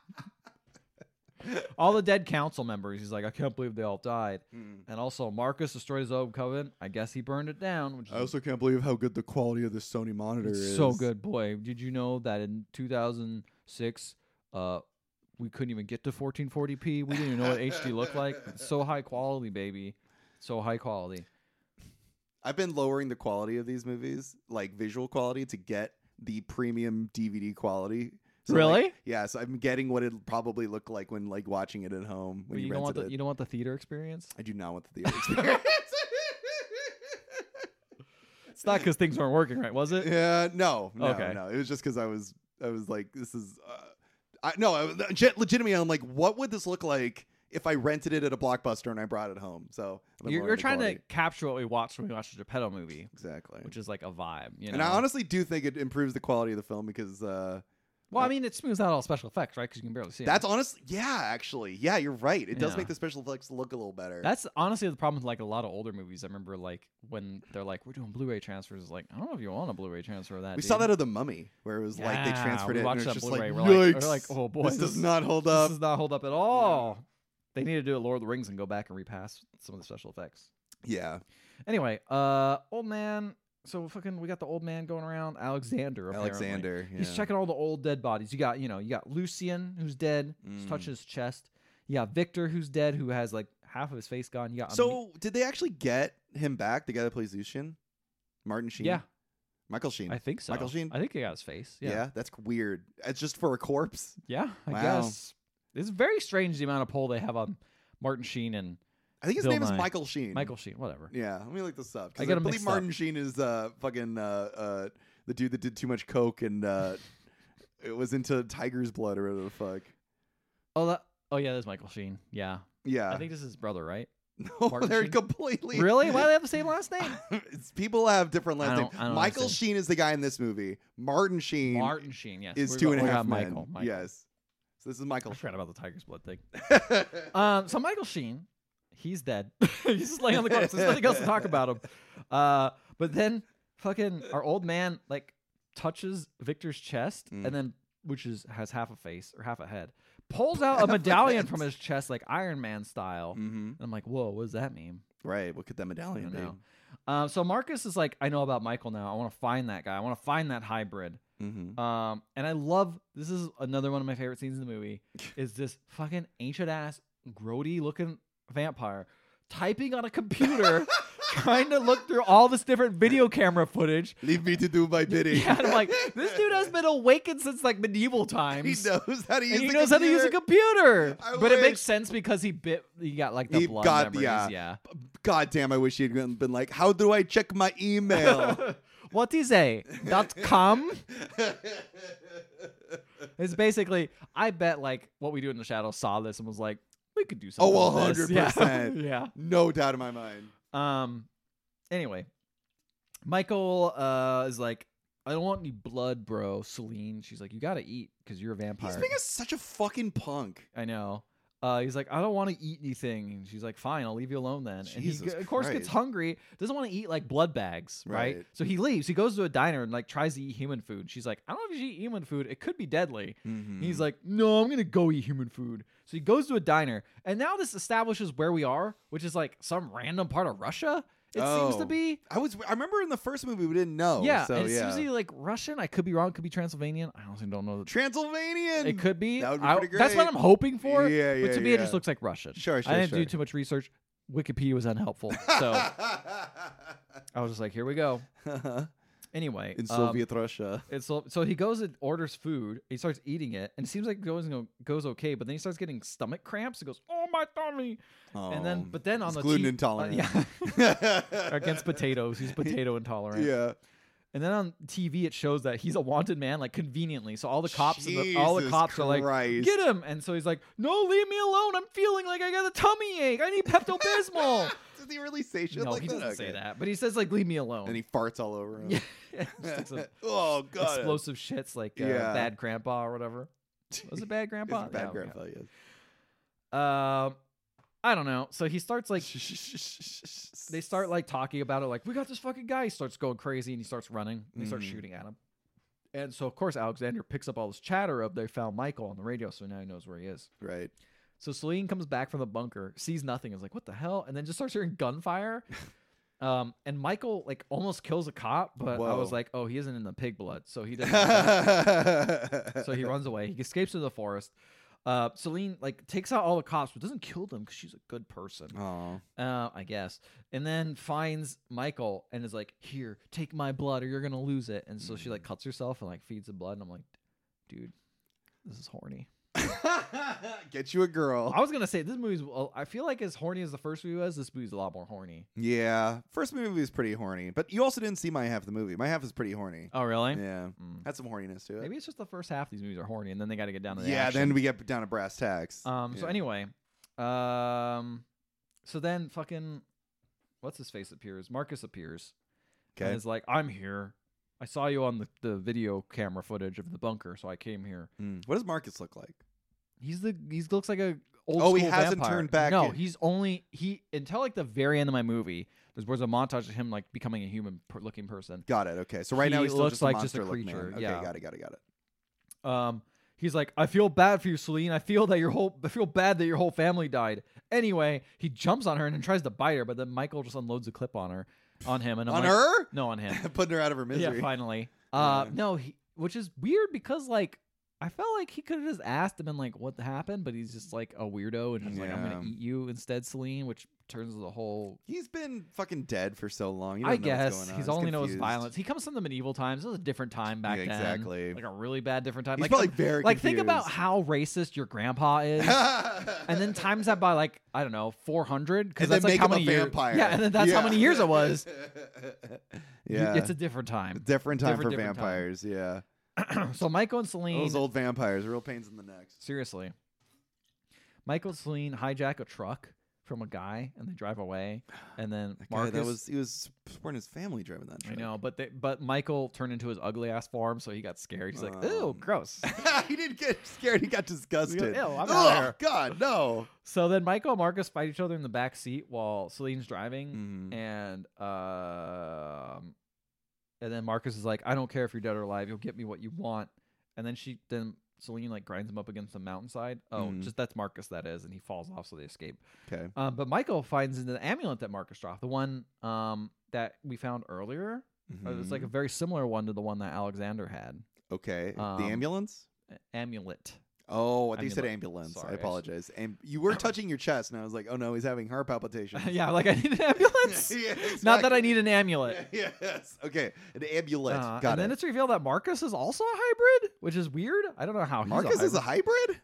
A: <laughs> all the dead council members. He's like, I can't believe they all died. And also, Marcus destroyed his own covenant. I guess he burned it down, which is
B: I also can't believe how good the quality of this Sony monitor is.
A: so good. Boy, did you know that in 2006, uh, we couldn't even get to 1440p. We didn't even know what HD looked like. It's so high quality, baby. So high quality.
B: I've been lowering the quality of these movies, like visual quality, to get the premium DVD quality. So, like-
A: Really?
B: yeah. So I'm getting what it probably looked like when like watching it at home
A: But
B: when you,
A: you don't want
B: rented
A: the
B: it.
A: you don't want the theater experience.
B: I do not want the theater <laughs> experience.
A: <laughs> It's not because things weren't working right, was it?
B: yeah. No. No.
A: Okay.
B: No. It was just because I was I was like this is. Uh, I, no, I, was- legit- legitimately, I'm like, what would this look like if I rented it at a blockbuster and I brought it home? So I've been
A: You're,
B: lowering
A: you're
B: <laughs> the
A: trying
B: quality.
A: to capture what we watched when we watched the Geppetto movie,
B: exactly.
A: which is like a vibe, you know.
B: And I honestly do think it improves the quality of the film because uh,
A: well, I mean, it smooths out all special effects, right? Because you can barely see. 'em.
B: that's honestly, yeah, actually, yeah, you're right. It does
A: Yeah.
B: make the special effects look a little better.
A: that's honestly the problem with like a lot of older movies. I remember like when they're like, "We're doing Blu-ray transfers." It's Like, I don't know if you want a Blu-ray transfer of that.
B: we saw
A: dude.
B: that of the Mummy, where it was like they
A: Yeah,
B: transferred
A: we
B: it, and
A: watched
B: it's
A: that
B: just
A: Bluray,
B: like,
A: we're like- we're
B: "Yikes,
A: like, oh, boy,
B: this,
A: this-
B: does not hold
A: This
B: up.
A: does not hold up at all. They need to do a Lord of the Rings and go back and repass some of the special effects.
B: yeah,
A: Anyway, uh, old man so fucking we got the old man going around Alexander. apparently.
B: Alexander,
A: He's
B: yeah.
A: checking all the old dead bodies. You got you know you got Lucian who's dead, just
B: Mm.
A: touching his chest. You got Victor who's dead, who has like half of his face gone. You got Ami-
B: So did they actually get him back? The guy that plays Lucian, Martin Sheen.
A: yeah,
B: Michael Sheen.
A: I think so.
B: Michael Sheen.
A: I think he got his face.
B: yeah.
A: Yeah,
B: that's weird. It's just for a corpse.
A: yeah. I
B: Wow.
A: guess it's very strange the amount of pull they have on Martin Sheen and
B: I think his
A: Bill
B: name
A: Nye.
B: is Michael Sheen.
A: Michael Sheen. Whatever.
B: Yeah, let me look this up. 'cause
A: I
B: I,
A: get 'em
B: believe
A: mixed up.
B: Martin Sheen is uh fucking uh uh the dude that did too much coke and uh it was into tiger's blood or whatever the fuck.
A: Oh, that, oh yeah, that's Michael Sheen. Yeah,
B: Yeah,
A: I
B: <laughs>
A: think this is his brother, right?
B: no,
A: Martin
B: they're
A: Sheen?
B: completely
A: Really? Why do they have the same last name?
B: <laughs> It's- people have different
A: I
B: last
A: don't-
B: names.
A: I don't
B: Michael
A: understand.
B: Sheen is the guy in this movie. Martin Sheen
A: Martin Sheen. Yes,
B: is
A: We're
B: two
A: go-
B: and a
A: we got
B: half men.
A: Michael. Michael.
B: Yes, so this is
A: I
B: Michael.
A: forgot about the tiger's blood thing.
B: <laughs>
A: um, so Michael Sheen, he's dead. <laughs> he's just laying on the corpse. There's nothing else to talk about him.
B: <laughs>
A: Uh, but then fucking our old man like touches Victor's chest
B: Mm.
A: and then which is has half a face or half a head, pulls
B: <laughs>
A: out a medallion from his chest like Iron Man style.
B: hmm
A: And I'm like, whoa, what does that mean?
B: Right, look at that
A: I
B: medallion,
A: don't
B: dude.
A: know. Um, so Marcus is like, I know about Michael now. I want to find that guy. I want to find that hybrid.
B: Mm-hmm.
A: Um, and I love this is another one of my favorite scenes in the
B: <laughs>
A: movie is this fucking ancient ass grody looking vampire typing on a
B: <laughs>
A: computer trying to look through all this different video camera
B: <laughs>
A: footage.
B: Leave me to do my bidding.
A: <laughs> Yeah, and I'm like, this dude has been awakened since like medieval
B: <laughs> he
A: times.
B: knows how to use.
A: And he
B: the
A: knows how to use a
B: computer.
A: computer.
B: I
A: But it
B: wish.
A: makes sense because he bit he got like the
B: He
A: blood
B: got-
A: memories.
B: yeah.
A: yeah.
B: God damn! I wish he had been like, "How do I check my
A: <laughs>
B: email?" <laughs>
A: What is a dot com? it's basically. I bet like what we do in the shadows saw this and was like, we could do something.
B: well,
A: with this. Yeah. <laughs>
B: 100%.
A: yeah.
B: no doubt in my mind.
A: Um. Anyway, Michael uh is like, I don't want any blood, bro. Celine, she's like, you gotta eat because you're a vampire.
B: He's being a, such a fucking punk.
A: I know. Uh, he's like, I don't want to eat anything. And she's like, fine, I'll leave you alone then. and he,
B: Jesus
A: g- of course, gets
B: Christ.
A: hungry, doesn't want to eat like blood bags, right?
B: Right.
A: So he leaves. He goes to a diner and like tries to eat human food. She's like, I don't know if you should eat human food. It could be deadly.
B: Mm-hmm.
A: And
B: Mm.
A: He's like, no, I'm going to go eat human food. So he goes to a diner. And now this establishes where we are, which is like some random part of Russia, it seems to
B: Oh.
A: be.
B: I was. I remember in the first movie we didn't know.
A: yeah.
B: So
A: and it's
B: yeah.
A: usually like Russian. I could be wrong. Could be Transylvanian. I honestly don't know. The
B: Transylvanian.
A: It could be.
B: That would be
A: I-
B: pretty
A: That's what I'm
B: great.
A: hoping for.
B: Yeah,
A: But
B: yeah,
A: to me, it just
B: yeah.
A: looks like Russian.
B: Sure,
A: I
B: sure,
A: didn't do
B: sure.
A: too much research. Wikipedia was
B: <laughs>
A: unhelpful, so I was just like, "Here we go." <laughs> Anyway,
B: <laughs> in
A: um,
B: Soviet Russia.
A: it's so, so he goes and orders food. He starts eating it, and it seems like it goes goes okay. But then he starts getting stomach cramps. He goes, "Oh my tummy!" and then,
B: Oh,
A: but then on
B: he's
A: the
B: gluten
A: T- uh,
B: intolerant.
A: yeah,
B: <laughs>
A: against potatoes, he's potato intolerant.
B: yeah.
A: And then on TV, it shows that he's a wanted man, like conveniently. So all the cops, and the, all the
B: Jesus
A: cops are like,
B: Christ.
A: "Get him!" And so he's like, "No, leave me alone. I'm feeling like I got a tummy ache. I need Pepto Bismol."
B: Does he really say <laughs> shit
A: no,
B: like
A: he
B: that?
A: doesn't say
B: Okay.
A: that, but he says like, "Leave me alone." <laughs>
B: And he farts all over him.
A: yeah,
B: <laughs>
A: It's some <laughs>
B: oh god. <laughs>
A: explosive shits like uh,
B: Yeah.
A: bad grandpa or whatever. Was it bad
B: It's
A: grandpa?
B: a bad
A: Yeah,
B: grandpa. Yes.
A: yeah. Um, I don't know. So he starts like
B: <laughs>
A: they start like talking about it like we got this fucking guy he starts going crazy and he starts running and they start
B: Mhm.
A: shooting at him and so of course alexander picks up all this chatter of they found michael on the radio so now he knows where he is
B: right. <laughs>
A: so celine comes back from the bunker sees nothing is like what the hell and then just starts hearing gunfire um and michael like almost kills a cop but i was
B: Whoa.
A: like oh he isn't in the pig blood so he
B: <laughs>
A: doesn't <laughs> so
B: so
A: he runs away. He escapes into the forest. Uh, Celine like takes out all the cops, but doesn't kill them because she's a good person, <laughs>
B: Oh.
A: uh, I guess. And then finds Michael and is like, "Here, take my blood, or you're gonna lose it." And so she like cuts herself and like feeds the blood. And I'm like, "Dude, this is horny."
B: Get you a girl.
A: I was gonna say this movie's. well, I feel like as horny as the first movie was, this movie's a lot more horny.
B: Yeah. First movie was pretty horny, but you also didn't see my half of the movie. My half is pretty horny.
A: Oh really?
B: Yeah.
A: Mm.
B: Had some horniness to it.
A: Maybe it's just the first half. These movies are horny, and then they got to get down to the
B: yeah,
A: action.
B: then we get down to brass tacks.
A: Um. So
B: Yeah.
A: anyway, um, so then fucking, what's his face appears? Marcus appears.
B: Okay.
A: And is like, I'm here. I saw you on the, the video camera footage of the bunker, so I came here.
B: Mm. What does Marcus look like?
A: He's the he looks like a old.
B: Oh, he
A: school
B: hasn't
A: vampire.
B: turned back
A: No,
B: in-
A: he's only he until like the very end of my movie. There's was a montage of him like becoming a human per- looking person.
B: Got it. Okay. So right now
A: He
B: he's still
A: looks
B: just a
A: like just a
B: monster-looking man.
A: creature,
B: Okay,
A: yeah.
B: got it, got it, got it.
A: Um, He's like, I feel bad for you, Celine. I feel that your whole I feel bad that your whole family died. Anyway, he jumps on her and tries to bite her, but then Michael just unloads a clip on her, on him, and I'm
B: On
A: like,
B: her?
A: No, on him.
B: Putting her <laughs> out of her misery.
A: Yeah, finally. Uh,
B: Yeah.
A: no, he, which is weird because like I felt like he could have just asked him and like what happened, but he's just like a weirdo and he's like, I'm gonna
B: Yeah.
A: eat you instead, Celine, which turns the whole.
B: He's been fucking dead for so long. You
A: I
B: don't know
A: guess
B: what's going on.
A: he's only knows
B: confused.
A: violence. He comes from the medieval times. It was a different time back
B: Yeah,
A: then.
B: exactly.
A: Like a really bad different time.
B: He's
A: like
B: probably
A: um,
B: very
A: like think about
B: confused.
A: how racist your grandpa is.
B: <laughs>
A: And then times that by like I don't know four hundred because
B: And then
A: that's like
B: make
A: how
B: him a
A: many years-
B: vampire.
A: Yeah, and then that's how
B: Yeah.
A: many years it
B: <laughs>
A: was. You-
B: yeah,
A: it's a different time.
B: different time
A: different-
B: for
A: different time.
B: vampires. Yeah,
A: <clears throat> So Michael and Celine
B: those old vampires, real pains in the necks.
A: Seriously. Michael and Celine hijack a truck from a guy and they drive away. And then
B: That guy,
A: Marcus
B: that was he was supporting his family driving that.
A: I
B: Truck.
A: know, but they, but Michael turned into his ugly ass farm, so he got scared. He's like, "Ew,
B: Um, <laughs>
A: gross."
B: <laughs> he didn't get scared. He got disgusted.
A: Ew, I'm outta
B: Ugh,
A: here.
B: God, no.
A: so then Michael and Marcus fight each other in the back seat while Celine's driving,
B: Mhm.
A: and um, and then Marcus is like, "I don't care if you're dead or alive. You'll get me what you want." And then she then Celine like grinds him up against the mountainside. Oh,
B: Mhm.
A: just that's Marcus. That is, and he falls off, so they escape.
B: Okay.
A: Um, but Michael finds in the amulet that Marcus dropped, the one um, that we found earlier. Uh, It's like a
B: Mhm.
A: very similar one to the one that Alexander had.
B: Mm-hmm. okay.
A: um,
B: the ambulance.
A: A- Amulet. <laughs>
B: Oh, I think you said
A: Ambulance.
B: ambulance.
A: Sorry, I
B: I
A: should-
B: apologize. And you were touching your chest, and I was like, oh no, he's having heart palpitations.
A: <laughs> yeah, like I need an ambulance.
B: <laughs> Yeah,
A: <laughs> Not that I
B: exactly.
A: need an amulet.
B: Yeah, <laughs> yes. Okay. An amulet.
A: Uh,
B: Got
A: and then
B: it.
A: it's revealed that Marcus is also a hybrid, which is weird. I don't know how he's
B: Marcus is a hybrid.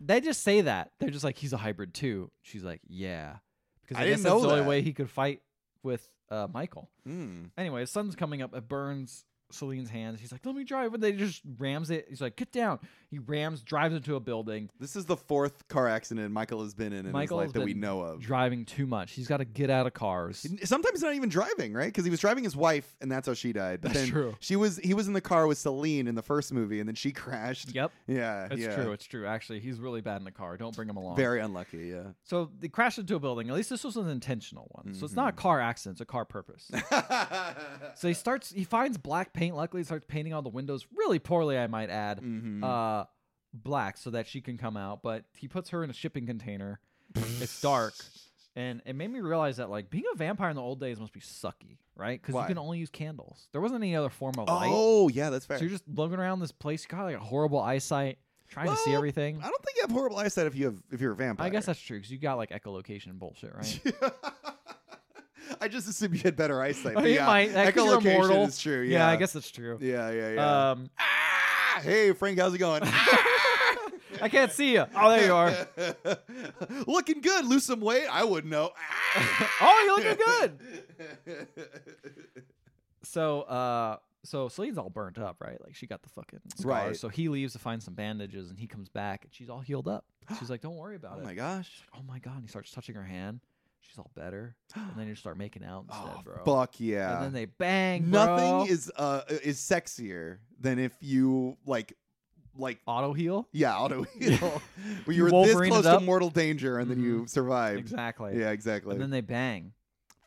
A: They just say that. They're just like he's a hybrid too. She's like, yeah, because I,
B: I
A: guess
B: didn't
A: that's
B: know
A: the only
B: that.
A: way he could fight with uh, Michael.
B: Mm.
A: Anyway, the sun's coming up. It burns Celine's hands. He's like, let me drive. And they just rams it. He's like, get down. He rams, drives into a building,
B: This is the fourth car accident Michael has been in in
A: Michael
B: his
A: has
B: life that we
A: been
B: know of.
A: driving too much. He's got to get out of cars.
B: Sometimes not even driving, right? Because he was driving his wife, and that's how she died. But
A: That's
B: then
A: true.
B: she was he was in the car with Celine in the first movie, and then she <laughs> crashed.
A: Yep.
B: Yeah,
A: It's
B: yeah.
A: true. It's true. Actually, he's really bad in the car. Don't bring him along.
B: Very unlucky. Yeah.
A: So they crashed into a building. At least this was an intentional one. So it's not a
B: Mm-hmm.
A: car accident. It's a car
B: <laughs>
A: purpose. so he starts. He finds black paint. Luckily, he starts painting all the windows really poorly. I might add,
B: Mhm.
A: uh, black so that she can come out. But he puts her in a shipping container. it's dark, and it made me realize that like being a vampire in the old days must be sucky, right? Because you
B: Why?
A: can only use candles. There wasn't any other form of light.
B: oh, yeah, that's fair.
A: So you're just looking around this place. You got like a horrible eyesight, trying to see
B: Well,
A: everything.
B: I don't think you have horrible eyesight if you have if you're a vampire.
A: I guess that's true because you got like echolocation bullshit, right?
B: <laughs> I just assume you had better eyesight.
A: Oh,
B: but
A: you
B: yeah,
A: might. That 'cause you're
B: echolocation
A: immortal.
B: is true.
A: Yeah,
B: Yeah.
A: I guess that's true.
B: Yeah, yeah, yeah.
A: Um, <laughs>
B: ah, hey, Frank, how's it going?
A: I can't see you. <laughs> Oh, there you are.
B: <laughs> Looking good. Lose some weight. I wouldn't know. Ah.
A: <laughs> Oh, you're <laughs> looking good. So, uh, so Celine's all burnt up, right? Like she got the fucking scars.
B: Right.
A: So he leaves to find some bandages, and he comes back, and she's all healed
B: <gasps>
A: up. She's like, "Don't worry about
B: <laughs> oh
A: it."
B: my gosh.
A: oh my god! And he starts touching her hand. She's all better, and then you start making out instead,
B: <gasps> Oh,
A: bro.
B: fuck yeah.
A: And then they bang.
B: Nothing
A: bro.
B: is uh is sexier than if you like like
A: auto heal.
B: yeah auto
A: <laughs>
B: heal.
A: You
B: Where <laughs> you were this
A: Wolverine it
B: close to
A: up. Mm-hmm.
B: mortal danger and then you survived.
A: Exactly.
B: Yeah, exactly.
A: And then they bang.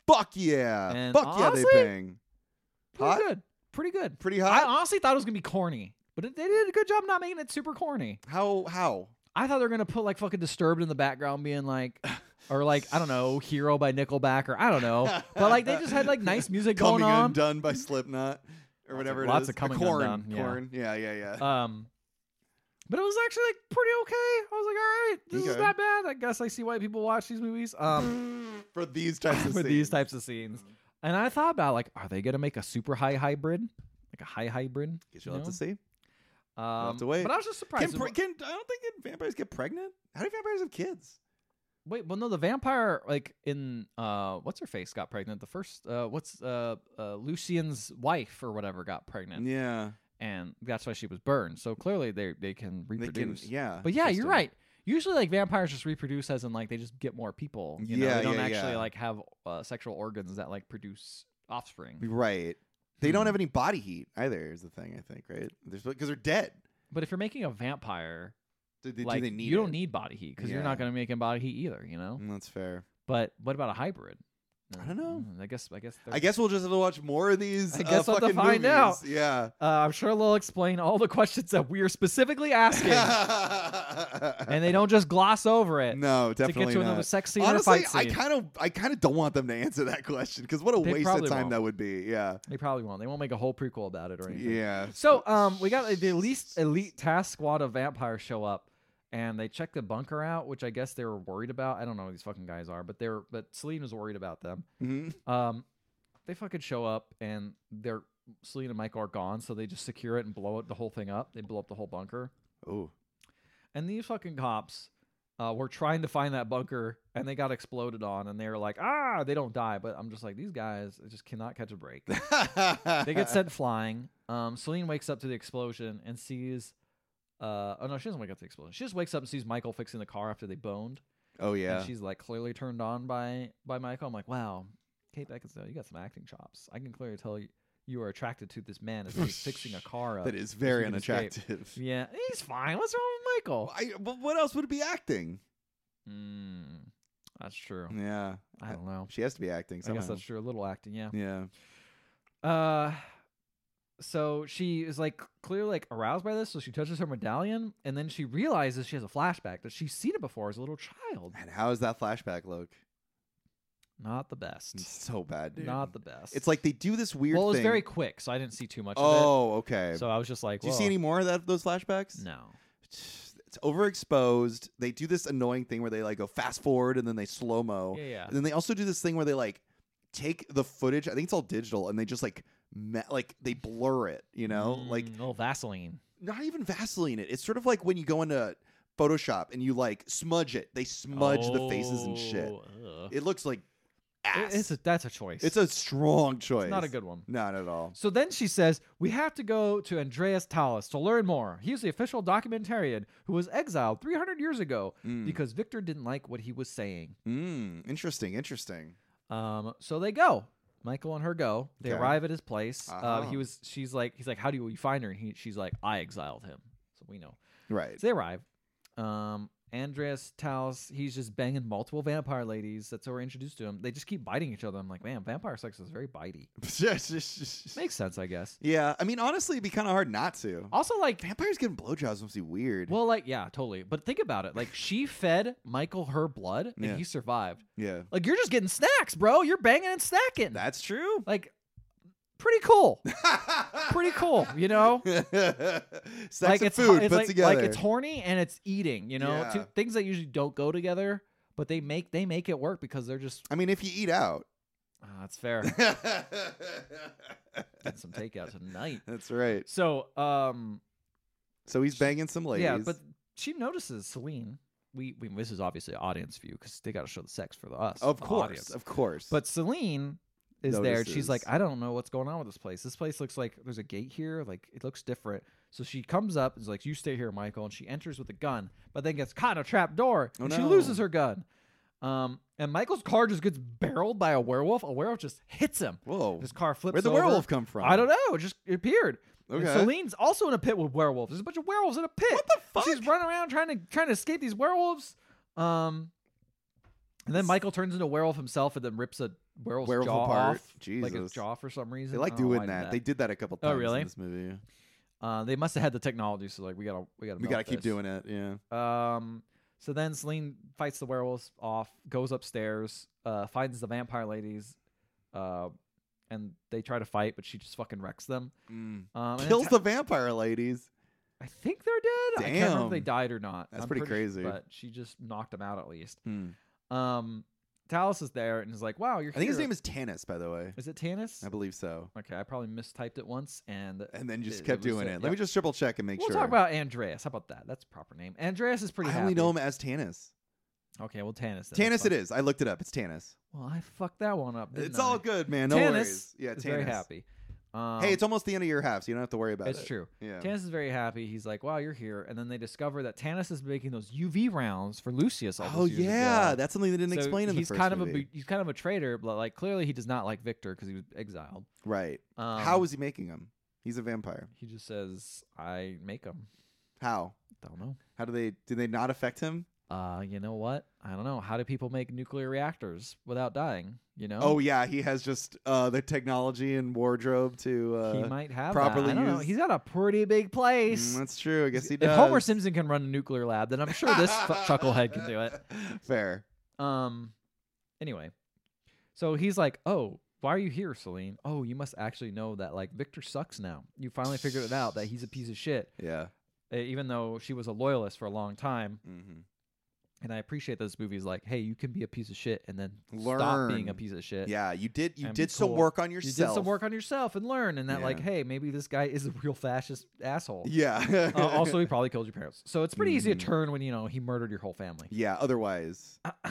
B: Fuck yeah.
A: And
B: Fuck
A: honestly-
B: yeah, they bang.
A: Pretty
B: Hot?
A: good. Pretty good.
B: Pretty
A: I
B: hot.
A: honestly thought it was gonna be corny, but it, they did a good job not making it super corny.
B: how how?
A: I thought they were gonna put like fucking Disturbed in the background, being like, or like I don't know, Hero by Nickelback, or I don't know, but like they just had like nice music going
B: Coming
A: on.
B: undone by Slipknot or whatever
A: lots
B: it
A: of
B: is.
A: coming
B: corn,
A: undone, yeah.
B: corn. Yeah, yeah, yeah.
A: Um, but it was actually like pretty okay. I was like, all right, this is
B: Okay.
A: not bad. I guess I see why people watch these movies. Um,
B: for these
A: <laughs>
B: types of
A: for these
B: scenes.
A: types of scenes, and I thought about like, are they gonna make a super high hybrid, like a high hybrid?
B: Guess
A: you
B: you'll have
A: know?
B: to see.
A: Um,
B: to wait.
A: But I was just surprised.
B: Can, pre- can I don't think can vampires get pregnant. How do vampires have kids?
A: Wait, well, no, the vampire, like in uh, what's her face, got pregnant. The first, uh, what's uh, uh, Lucian's wife or whatever got pregnant,
B: Yeah,
A: and that's why she was burned. So clearly, they they can
B: they can.
A: reproduce.
B: Yeah,
A: but yeah, you're
B: interesting.
A: right. Usually, like vampires just reproduce as in like they just get more people. You know?
B: Yeah,
A: they don't
B: yeah,
A: actually
B: yeah.
A: like have uh, sexual organs that like produce
B: Mm.
A: offspring.
B: Right. They don't
A: Hmm.
B: have any body heat either. Is the thing I think right? Because they're dead.
A: But if you're making a vampire,
B: Do they, do
A: like
B: they need
A: you don't
B: it?
A: need body heat because you're not
B: Yeah.
A: going to make him body heat either. You know.
B: Mm, That's fair.
A: But what about a hybrid? Mm,
B: I don't know.
A: I guess. I guess.
B: I guess we'll just have to watch more of these.
A: I guess
B: uh,
A: I'll have to
B: fucking
A: find
B: movies.
A: out.
B: Yeah.
A: Uh, I'm sure they'll explain all the <laughs> questions that we are specifically
B: <laughs>
A: asking, and they don't just gloss over it.
B: no,
A: to
B: definitely
A: get to
B: not.
A: another sex scene
B: Honestly,
A: or fight scene.
B: I kind of, I kind of don't want them to answer that question because what a
A: They
B: waste of
A: probably
B: time
A: won't.
B: that would be. Yeah,
A: They probably won't. They won't make a whole prequel about it or anything.
B: yeah.
A: So um, we got uh, the least elite task squad of vampires show up, and they check the bunker out, which I guess they were worried about. I don't know who these fucking guys are, but they were. But Celine was worried about them.
B: Mhm.
A: Um, they fucking show up, and they're Celine and Michael are gone, so they just secure it and blow it the whole thing up. They blow up the whole bunker,
B: Oh,
A: and these fucking cops. Uh, were trying to find that bunker and they got exploded on and they were like ah they don't die but i'm just like these guys just cannot catch a break <laughs> they
B: <laughs>
A: get sent flying. Um, Celine wakes up to the explosion and sees. Uh, oh no, she doesn't wake up to the explosion. She just wakes up and sees Michael fixing the car after they boned,
B: Oh yeah.
A: and she's like clearly turned on by by Michael. I'm like, wow, Kate Beckinsale, you got some acting chops. I can clearly tell you you are attracted to this man as he's fixing
B: <laughs>
A: a car up.
B: That is very
A: can escape.
B: unattractive.
A: Yeah, he's fine. What's wrong with Michael?
B: I, but what else would it be acting?
A: Mm, that's true.
B: Yeah,
A: I don't know.
B: she has to be acting.
A: I
B: Somehow.
A: guess that's true. A little acting, yeah.
B: Yeah.
A: Uh, so she is like clearly like aroused by this, so she touches her medallion, and then she realizes she has a flashback that she's seen it before as a little child.
B: And how is that flashback look?
A: Not the best.
B: It's so bad, dude.
A: Not the best.
B: It's like they do this weird.
A: well, it was
B: thing.
A: very quick, so I didn't see too much of
B: Oh, okay.
A: it. So I was just like,
B: do you see
A: "Whoa."
B: any more of that those flashbacks?
A: No.
B: It's overexposed. They do this annoying thing where they like go fast forward and then they slow mo.
A: Yeah, yeah.
B: And then they also do this thing where they like take the footage. I think it's all digital, and they just like ma- like they blur it. You know, like
A: Mm, oh Vaseline.
B: not even Vaseline it. It's sort of like when you go into Photoshop and you like smudge it. They smudge the faces and shit.
A: Oh, ugh.
B: It looks like
A: It-
B: ass.
A: it's a, that's a choice.
B: It's a strong choice.
A: It's not a good one.
B: Not at all.
A: So then she says, We have to go to Andreas Tallis to learn more. He is the official documentarian who was exiled 300 years ago
B: Hmm.
A: because Victor didn't like what he was saying.
B: Mm, interesting. Interesting.
A: Um, so they go. Michael and her go. They
B: Okay.
A: arrive at his place. Uh,
B: Uh-huh.
A: he was. She's like. He's like. How do you find her? And he, she's like. I exiled him. So we know.
B: Right. <laughs>
A: So <laughs> they arrive. Um, Andreas Taos, he's just banging multiple vampire ladies. That's how we're introduced to him. They just keep biting each other. I'm like, man, vampire sex is very bitey. Makes sense, I guess.
B: yeah. I mean, honestly, it'd be kind of hard not to.
A: Also, like,
B: Vampires giving blowjobs must be weird.
A: Well, like, yeah, totally. But think about it. Like,
B: <laughs>
A: she fed Michael her blood and
B: Yeah.
A: he survived.
B: yeah,
A: Like, you're just getting snacks, bro. You're banging and snacking.
B: that's <laughs> true.
A: like, pretty
B: <laughs>
A: cool. pretty cool, you know?
B: Sex
A: like,
B: and
A: it's,
B: food
A: it's
B: put
A: like,
B: together.
A: like, it's horny and it's eating, you know?
B: Yeah.
A: Two things that usually don't go together, but they make they make it work because they're just,
B: I mean, if you eat out, <laughs>
A: ah, that's fair. Getting
B: that's
A: some
B: <laughs>
A: takeout tonight.
B: right.
A: So, um,
B: So he's banging some ladies.
A: yeah, but she notices Celine. We, we this is obviously audience view because they got to show the sex for the us.
B: of
A: the
B: course,
A: audience.
B: of course.
A: But Celine is there. and She's like,
B: Notices.
A: I don't know what's going on with this place. This place looks like there's a gate here. Like it looks different. So she comes up and is like, "You stay here, Michael." And she enters with a gun, but then gets caught in a trap door.
B: Oh,
A: and She
B: no.
A: loses her gun. Um, and Michael's car just gets barreled by a werewolf. A werewolf just hits him.
B: whoa,
A: His car flips.
B: where'd the
A: over.
B: werewolf come from?
A: I don't know. It just appeared. And
B: Okay.
A: Celine's also in a pit with werewolves. There's a bunch of werewolves in a pit. What the fuck? She's running around trying to trying to escape these werewolves. Um, and then Michael turns into a werewolf himself, and then rips a werewolf's
B: Werewolf
A: jaw
B: apart.
A: off, like his
B: Jesus.
A: jaw for some reason.
B: They
A: I
B: like
A: don't know
B: doing
A: why Oh, I did
B: that. They did that a couple
A: Oh,
B: times
A: really?
B: in this movie.
A: uh, they must have had the technology, so like we gotta we gotta
B: We
A: milk
B: gotta keep
A: this.
B: doing it. Yeah.
A: Um, so then Celine fights the werewolves off, goes upstairs, uh, finds the vampire ladies, uh, and they try to fight, but she just fucking wrecks them.
B: Mm.
A: Um, and then
B: Kills
A: Ta-
B: the vampire ladies.
A: I think they're dead. I can't remember if they
B: Damn.
A: died or not.
B: That's pretty
A: sure,
B: crazy.
A: but she just knocked him out at least.
B: Mm.
A: Um, Talos is there and is like, "Wow, you're."
B: I think his
A: here."
B: name is Tanis, by the way.
A: Is it Tanis?
B: I believe so.
A: Okay, I probably mistyped it once, and
B: And then just
A: it-
B: kept
A: was
B: doing it. Let
A: yeah.
B: me just triple check and make
A: We'll
B: sure.
A: talk about Andreas. How about that? That's a proper name. Andreas is pretty.
B: I only know him
A: happy.
B: as Tanis.
A: Okay, well, Tanis. Then.
B: Tanis,
A: that's
B: it
A: fine.
B: is. I looked it up. It's Tanis.
A: Well, I fucked that one up. didn't
B: It's all
A: I?
B: good, man. No
A: Tanis
B: worries. Yeah,
A: is
B: Tanis.
A: very happy. Um,
B: hey, it's almost the end of your half, so you don't have to worry about
A: it's
B: it.
A: true.
B: Yeah.
A: Tanis is very happy. He's like, "Wow, you're here!" And then they discover that Tanis is making those UV rounds for Lucius. All
B: oh
A: those years
B: yeah,
A: ago.
B: that's something they didn't
A: So
B: explain in the
A: he's
B: first
A: kind of a
B: movie.
A: bu- he's kind of a traitor, but like clearly he does not like Victor because he was exiled.
B: right.
A: Um,
B: How is he making them? He's a vampire.
A: he just says I make him?
B: How?
A: Don't know.
B: How do they? Do they not affect him?
A: uh, you know what? I don't know. How do people make nuclear reactors without dying? You know?
B: Oh yeah, he has just uh, the technology and wardrobe to uh,
A: he might have
B: properly
A: That. I don't know.
B: used-
A: He's got a pretty big
B: Mm,
A: place.
B: that's true. I guess he
A: if
B: does.
A: Homer Simpson can run a nuclear lab, then I'm sure this
B: <laughs>
A: fu- chucklehead can do it.
B: Fair.
A: Um. Anyway, so he's like, "Oh, why are you here, Celine? Oh, you must actually know that like Victor sucks now. You finally figured it out that he's a piece of shit,
B: Yeah.
A: Uh, even though she was a loyalist for a long time.
B: Mm-hmm.
A: And I appreciate those movies. Like, hey, you can be a piece of shit and then stop being a
B: Learn.
A: piece of shit.
B: Yeah, you did. You
A: And be
B: did some
A: cool.
B: work on
A: You
B: yourself.
A: did some work on yourself and learn, and that like,
B: Yeah.
A: hey, maybe this guy is a real fascist asshole.
B: <laughs> Yeah.
A: Uh, also, he probably killed your parents, so it's pretty easy to
B: Mhm.
A: turn when you know he murdered your whole family.
B: <laughs> yeah. Otherwise.
A: Uh, <clears throat>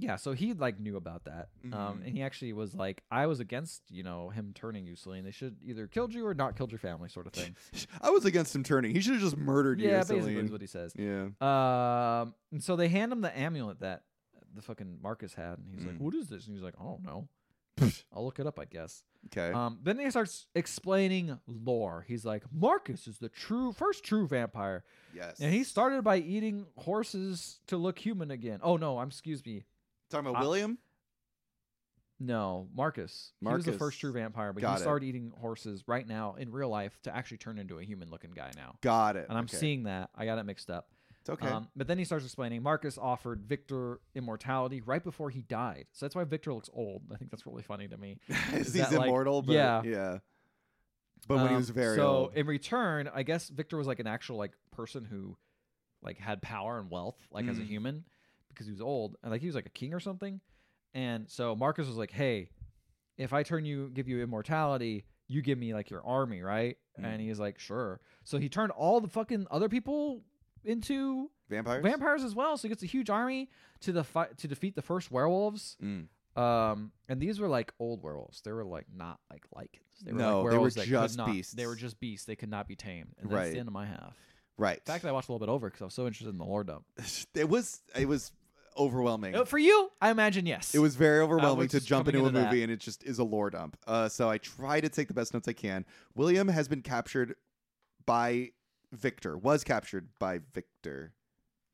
A: yeah, so he like knew about that, um,
B: Mhm.
A: and he actually was like, "I was against you know him turning you, Celine. They should either killed you or not killed your family, sort of thing."
B: I was against him turning. He should have just murdered you.
A: yeah, basically
B: Celine.
A: is what he says.
B: Yeah.
A: Um, and so they hand him the amulet that the fucking Marcus had, and he's like,
B: Mm.
A: "What is this?" And he's like, "I don't
B: <laughs>
A: know. I'll look it up, I guess."
B: Okay.
A: Um, then he starts explaining lore. He's like, "Marcus is the true first true vampire,
B: yes.
A: and he started by eating horses to look human again." Oh no, I'm excuse me.
B: talking about
A: I-
B: William.
A: No, Marcus. He was the first true
B: Marcus.
A: vampire, but
B: Got
A: he
B: it.
A: started eating horses right now in real life to actually turn into a human looking guy now.
B: Got it.
A: And I'm
B: okay.
A: seeing that. I got it mixed up.
B: It's okay.
A: Um, but then he starts explaining Marcus offered Victor immortality right before he died. So that's why Victor looks old. I think that's really funny to me. is
B: <laughs> he's
A: that, like-
B: immortal, but
A: yeah.
B: yeah. But when he
A: Um,
B: was very
A: So
B: old.
A: in return, I guess Victor was like an actual like person who like had power and wealth, like as a
B: Mm.
A: human, because he was old. And like he was like a king or something. And so Marcus was like, Hey, if I turn you give you immortality, you give me like your army, right?
B: Mm.
A: And he's like, Sure. So he turned all the fucking other people into
B: Vampires?
A: vampires as well. So he gets a huge army to the fight to defeat the first werewolves.
B: Mm.
A: Um, and these were like old werewolves. They were like not like lichens. They were
B: No, they
A: like
B: were
A: werewolves that could
B: just
A: not- They
B: beasts.
A: were just beasts. They could not be tamed. And that's
B: Right.
A: the end of my half.
B: Right.
A: In fact, I watched a little bit over because I was so interested in the lore dump.
B: <laughs> it was it was overwhelming.
A: Uh, For you, I imagine yes.
B: It was very overwhelming
A: was
B: to
A: just
B: jump
A: coming
B: into a
A: into that.
B: movie and it just is a lore dump. Uh, so I try to take the best notes I can. William has been captured by Victor. Was captured by Victor.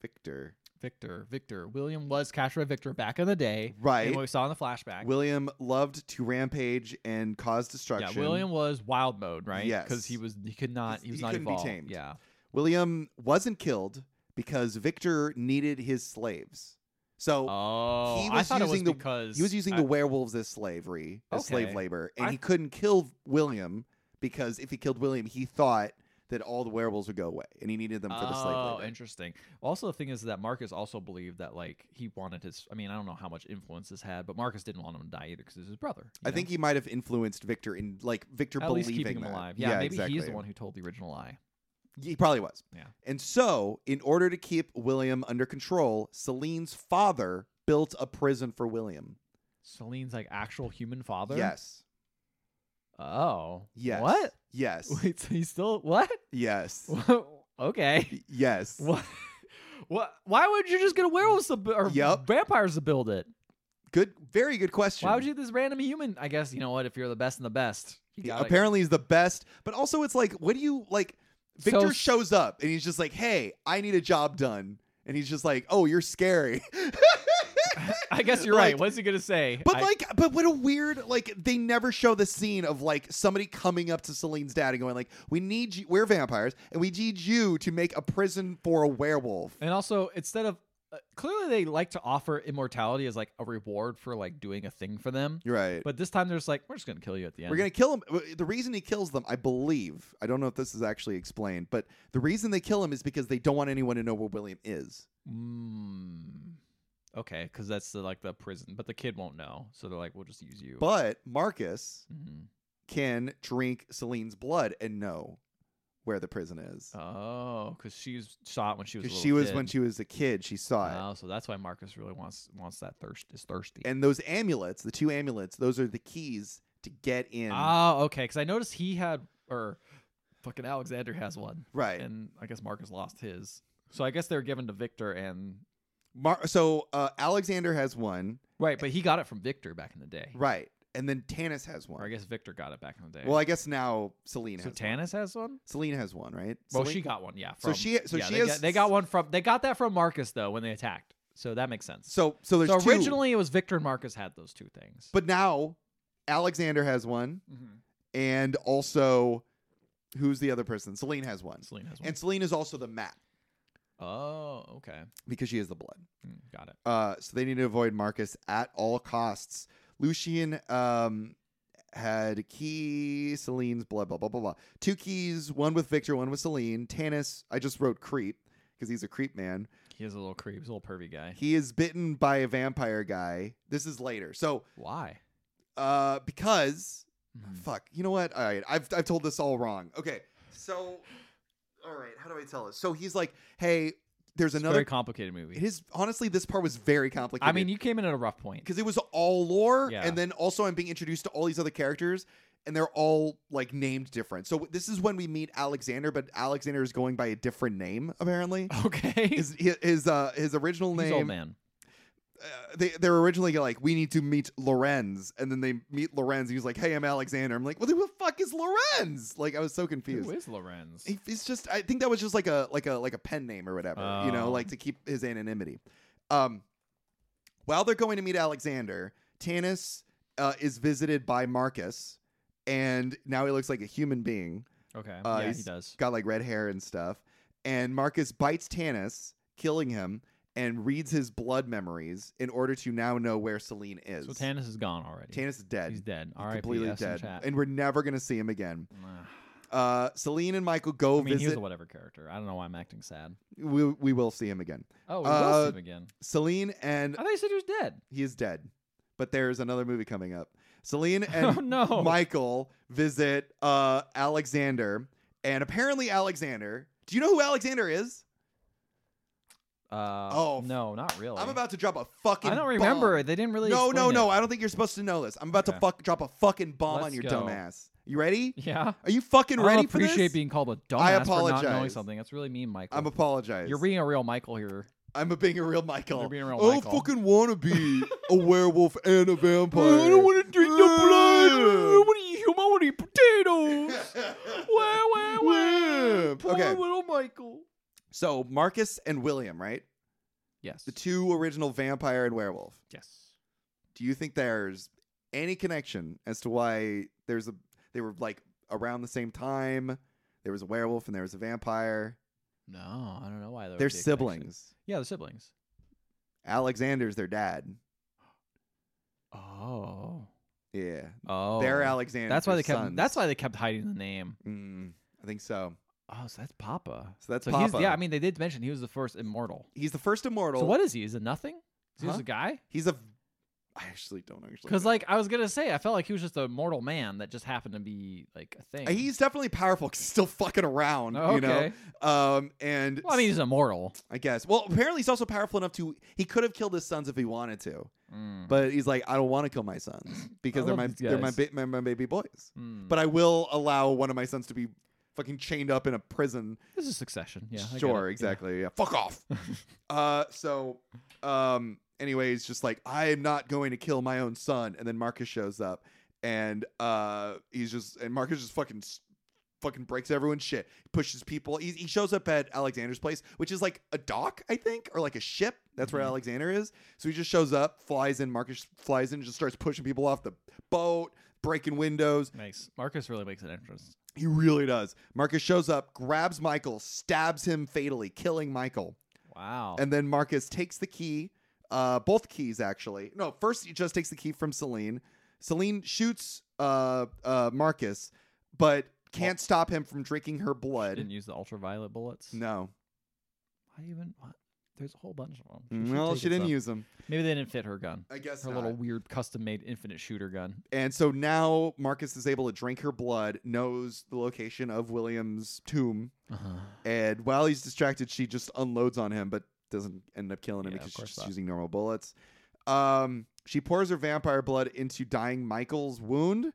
B: Victor.
A: Victor. Victor. William was captured by Victor back in the day.
B: Right.
A: And what we saw in the flashback.
B: William loved to rampage and cause
A: yeah,
B: destruction.
A: William was wild mode, right? Because
B: Yes.
A: he was he could not he was
B: He
A: not
B: couldn't be
A: evolved.
B: tamed.
A: Yeah.
B: William wasn't killed because Victor needed his slaves. So
A: Oh,
B: he
A: I
B: was
A: thought it was
B: using the-
A: because
B: he was using
A: I-
B: the werewolves as slavery, as
A: Okay.
B: slave labor, and
A: I-
B: he couldn't kill William because if he killed William, he thought that all the werewolves would go away, and he needed them for the slave
A: oh,
B: labor.
A: interesting. Also, the thing is that Marcus also believed that like he wanted his. I mean, I don't know how much influence this had, but Marcus didn't want him to die either because he's his brother. you
B: I
A: know?
B: think he might have influenced Victor in like Victor
A: at
B: believing
A: least keeping him
B: that.
A: alive. Yeah, maybe
B: exactly.
A: he's the one who told the original lie.
B: He probably was.
A: Yeah.
B: And so, in order to keep William under control, Celine's father built a prison for William.
A: Celine's like actual human father.
B: Yes.
A: Oh.
B: Yes.
A: What?
B: Yes.
A: <laughs> Wait, so he's still what? <laughs>
B: Yes.
A: okay.
B: Yes.
A: What? What? Why would you just get a werewolf to, bu- or
B: Yup.
A: vampires to build it?
B: Good. Very good question.
A: Why would you get this random human? I guess you know what. If you're the best and the best, you
B: He
A: gotta-
B: apparently he's the best, but also it's like, what do you like?
A: So-
B: Victor shows up and he's just like, "Hey, I need a job done," and he's just like, "Oh, you're scary." <laughs>
A: I guess you're right.
B: like-
A: What's he gonna say?
B: But
A: I-
B: like, but what a weird like they never show the scene of like somebody coming up to Celine's dad and going like, "We need you. We're vampires, and we need you to make a prison for a werewolf."
A: And also, instead of uh, clearly they like to offer immortality as like a reward for like doing a thing for them,
B: You're right.
A: but this time they're just like, we're just gonna kill you at the end.
B: We're gonna kill him. The reason he kills them, I believe, I don't know if this is actually explained, but the reason they kill him is because they don't want anyone to know where William is.
A: Mm, okay, because that's the, like the prison, but the kid won't know, so they're like, we'll just use you.
B: But Marcus
A: Mhm.
B: can drink Celine's blood and know where the prison is
A: oh, because she's shot when she was. a
B: because
A: little
B: she was
A: kid.
B: when she was a kid. She saw it.
A: Oh, so that's why Marcus really wants wants that thirst is thirsty.
B: And those amulets, the two amulets, those are the keys to get in.
A: oh, okay, because I noticed he had or fucking Alexander has one,
B: right.
A: and I guess Marcus lost his. So I guess they were given to Victor and
B: Mar- so uh, Alexander has one.
A: Right, but he got it from Victor back in the day.
B: Right. and then Tannis has one.
A: Or I guess Victor got it back in the day.
B: Well, I guess now Celine
A: so
B: has.
A: Tanis has one.
B: Celine has one, right?
A: Well,
B: Celine-
A: she got one. Yeah.
B: So
A: From,
B: she- so
A: yeah,
B: she
A: they,
B: has-
A: got, they got one from. They got that from Marcus though when they attacked. So that makes sense.
B: So so there's
A: So
B: two,
A: originally it was Victor and Marcus had those two things. Mm-hmm.
B: but now Alexander has one, and also who's the other person? Celine has one,
A: Celine has one.
B: and Celine is also the mat
A: oh, okay.
B: because she has the blood.
A: Mm, Got it.
B: Uh, so they need to avoid Marcus at all costs. Lucian um, had key, Celine's blood, blah, blah, blah, blah. Two keys, one with Victor, one with Celine. Tanis, I just wrote creep because he's a creep man.
A: He is a little creep. He's a little pervy guy.
B: He is bitten by a vampire guy. This is later. So
A: Why?
B: uh, because
A: Mhm.
B: fuck, you know what? All right, I've I've told this all wrong. Okay, so all right, how do I tell this? So he's like, hey, there's
A: It's a very
B: another.
A: complicated movie.
B: It is honestly, this part was very complicated.
A: I mean, you came in at a rough point.
B: because it was all lore,
A: Yeah.
B: and then also I'm being introduced to all these other characters, and they're all like named different. So this is when we meet Alexander, but Alexander is going by a different name
A: <laughs>
B: apparently.
A: Okay.
B: His hi- his uh, his original
A: He's
B: name.
A: old man.
B: Uh, they they're originally like we need to meet Lorenz, and then they meet Lorenz. He's like, "Hey, I'm Alexander." I'm like, "Well, who the fuck is Lorenz?" Like I was so confused.
A: Who is Lorenz?
B: He- He's just I think that was just like a like a like a pen name or whatever, you know,
A: Oh.
B: like to keep his anonymity. Um while they're going to meet Alexander, Tanis uh, is visited by Marcus and now he looks like a human being.
A: okay.
B: Uh,
A: yeah, he
B: he's
A: does.
B: Got like red hair and stuff. And Marcus bites Tanis, killing him and reads his blood memories in order to now know where Celine is.
A: So Tanis is gone already.
B: Tanis is dead.
A: He's dead.
B: He's
A: All right.
B: completely dead. And we're never going to see him again.
A: I
B: Uh, Celine and Michael go
A: mean, he was
B: visit.
A: a whatever character. I don't know why I'm acting sad.
B: we, we will see him again.
A: Oh, we
B: Uh,
A: will see him again.
B: Celine and
A: I thought you said he was dead.
B: he is dead, but there's another movie coming up. Celine
A: <laughs> Oh,
B: and
A: no.
B: Michael visit uh, Alexander, and apparently Alexander. Do you know who Alexander is?
A: Uh,
B: Oh, f-
A: no, not really.
B: I'm about to drop a fucking.
A: I don't
B: bomb.
A: remember. They didn't really.
B: No, no,
A: explain
B: no!
A: it.
B: I don't think you're supposed to know this. I'm about to
A: Okay.
B: fuck drop a fucking bomb on
A: Let's
B: your
A: go.
B: dumb ass. You ready? <laughs>
A: Yeah.
B: Are you fucking
A: I
B: ready
A: don't appreciate
B: for this?
A: being called a dumbass
B: I
A: for not knowing
B: apologize.
A: something. That's really mean, Michael.
B: I'm apologize.
A: You're being a real Michael here.
B: I'm a being a real Michael.
A: You're being a real
B: I
A: Michael.
B: fucking want to be a werewolf
A: <laughs>
B: and a vampire.
A: wanna wanna eat human. I want to eat potatoes.
B: <laughs>
A: Wah, wah,
B: Wah.
A: Poor
B: Okay.
A: little Michael.
B: So Marcus and William, right?
A: Yes.
B: The two original vampire and werewolf.
A: yes.
B: Do you think there's any connection as to why there's a they were like around the same time? There was a werewolf and there was a vampire.
A: No, I don't know why. there would
B: They're
A: be a connection.
B: siblings.
A: Yeah, they're siblings.
B: Alexander's their dad.
A: Oh.
B: Yeah,
A: Oh.
B: they're Alexander.
A: That's why they
B: their
A: kept.
B: sons.
A: That's why they kept hiding the name.
B: Mm, I think so.
A: Oh, so that's Papa.
B: So that's
A: so he's-
B: Papa.
A: yeah, I mean, they did mention he was the first immortal.
B: He's the first immortal.
A: So what is he? Is it nothing? Is he
B: Huh?
A: just a guy?
B: He's a. I actually don't actually.
A: Because like I was gonna say, I felt like he was just a mortal man that just happened to be like a thing.
B: he's definitely powerful because he's still fucking around.
A: Oh,
B: You know.
A: okay.
B: Um. And
A: Well, I mean, he's immortal.
B: I guess. Well, apparently he's also powerful enough to he could have killed his sons if he wanted to,
A: Mm.
B: but he's like, I don't want to kill
A: <laughs>
B: my sons because
A: I
B: they're
A: love
B: my
A: these
B: they're my,
A: guys.
B: ba- my my baby boys.
A: Mm.
B: But I will allow one of my sons to be fucking chained up in a prison.
A: this is Succession. Yeah, I get
B: sure,
A: it. Yeah.
B: exactly. Yeah.
A: <laughs>
B: fuck off. uh, so, um, anyways, just like I am not going to kill my own son, and then Marcus shows up, and uh, he's just and Marcus just fucking. s- Fucking breaks everyone's shit. Pushes people. He, he shows up at Alexander's place, which is like a dock, I think, or like a ship. That's where
A: Mhm.
B: Alexander is. So he just shows up, flies in. Marcus flies in, just starts pushing people off the boat, breaking windows.
A: Nice. Marcus really makes an entrance.
B: He really does. Marcus shows up, grabs Michael, stabs him fatally, killing Michael.
A: Wow.
B: And then Marcus takes the key, uh, both keys actually. No, first he just takes the key from Celine. Celine shoots uh, uh, Marcus, but can't stop him from drinking her blood.
A: didn't use the ultraviolet bullets.
B: No,
A: Why even? What? There's a whole bunch of them.
B: well,
A: take
B: she didn't
A: some.
B: use them.
A: Maybe they didn't fit her gun.
B: I guess
A: Her
B: not.
A: little weird custom-made infinite shooter gun.
B: And so now Marcus is able to drink her blood, knows the location of William's tomb,
A: Uh-huh.
B: And while he's distracted, she just unloads on him, but doesn't end up killing him
A: Yeah,
B: because
A: of
B: she's
A: course
B: just
A: not.
B: using normal bullets. Um, she pours her vampire blood into dying Michael's wound,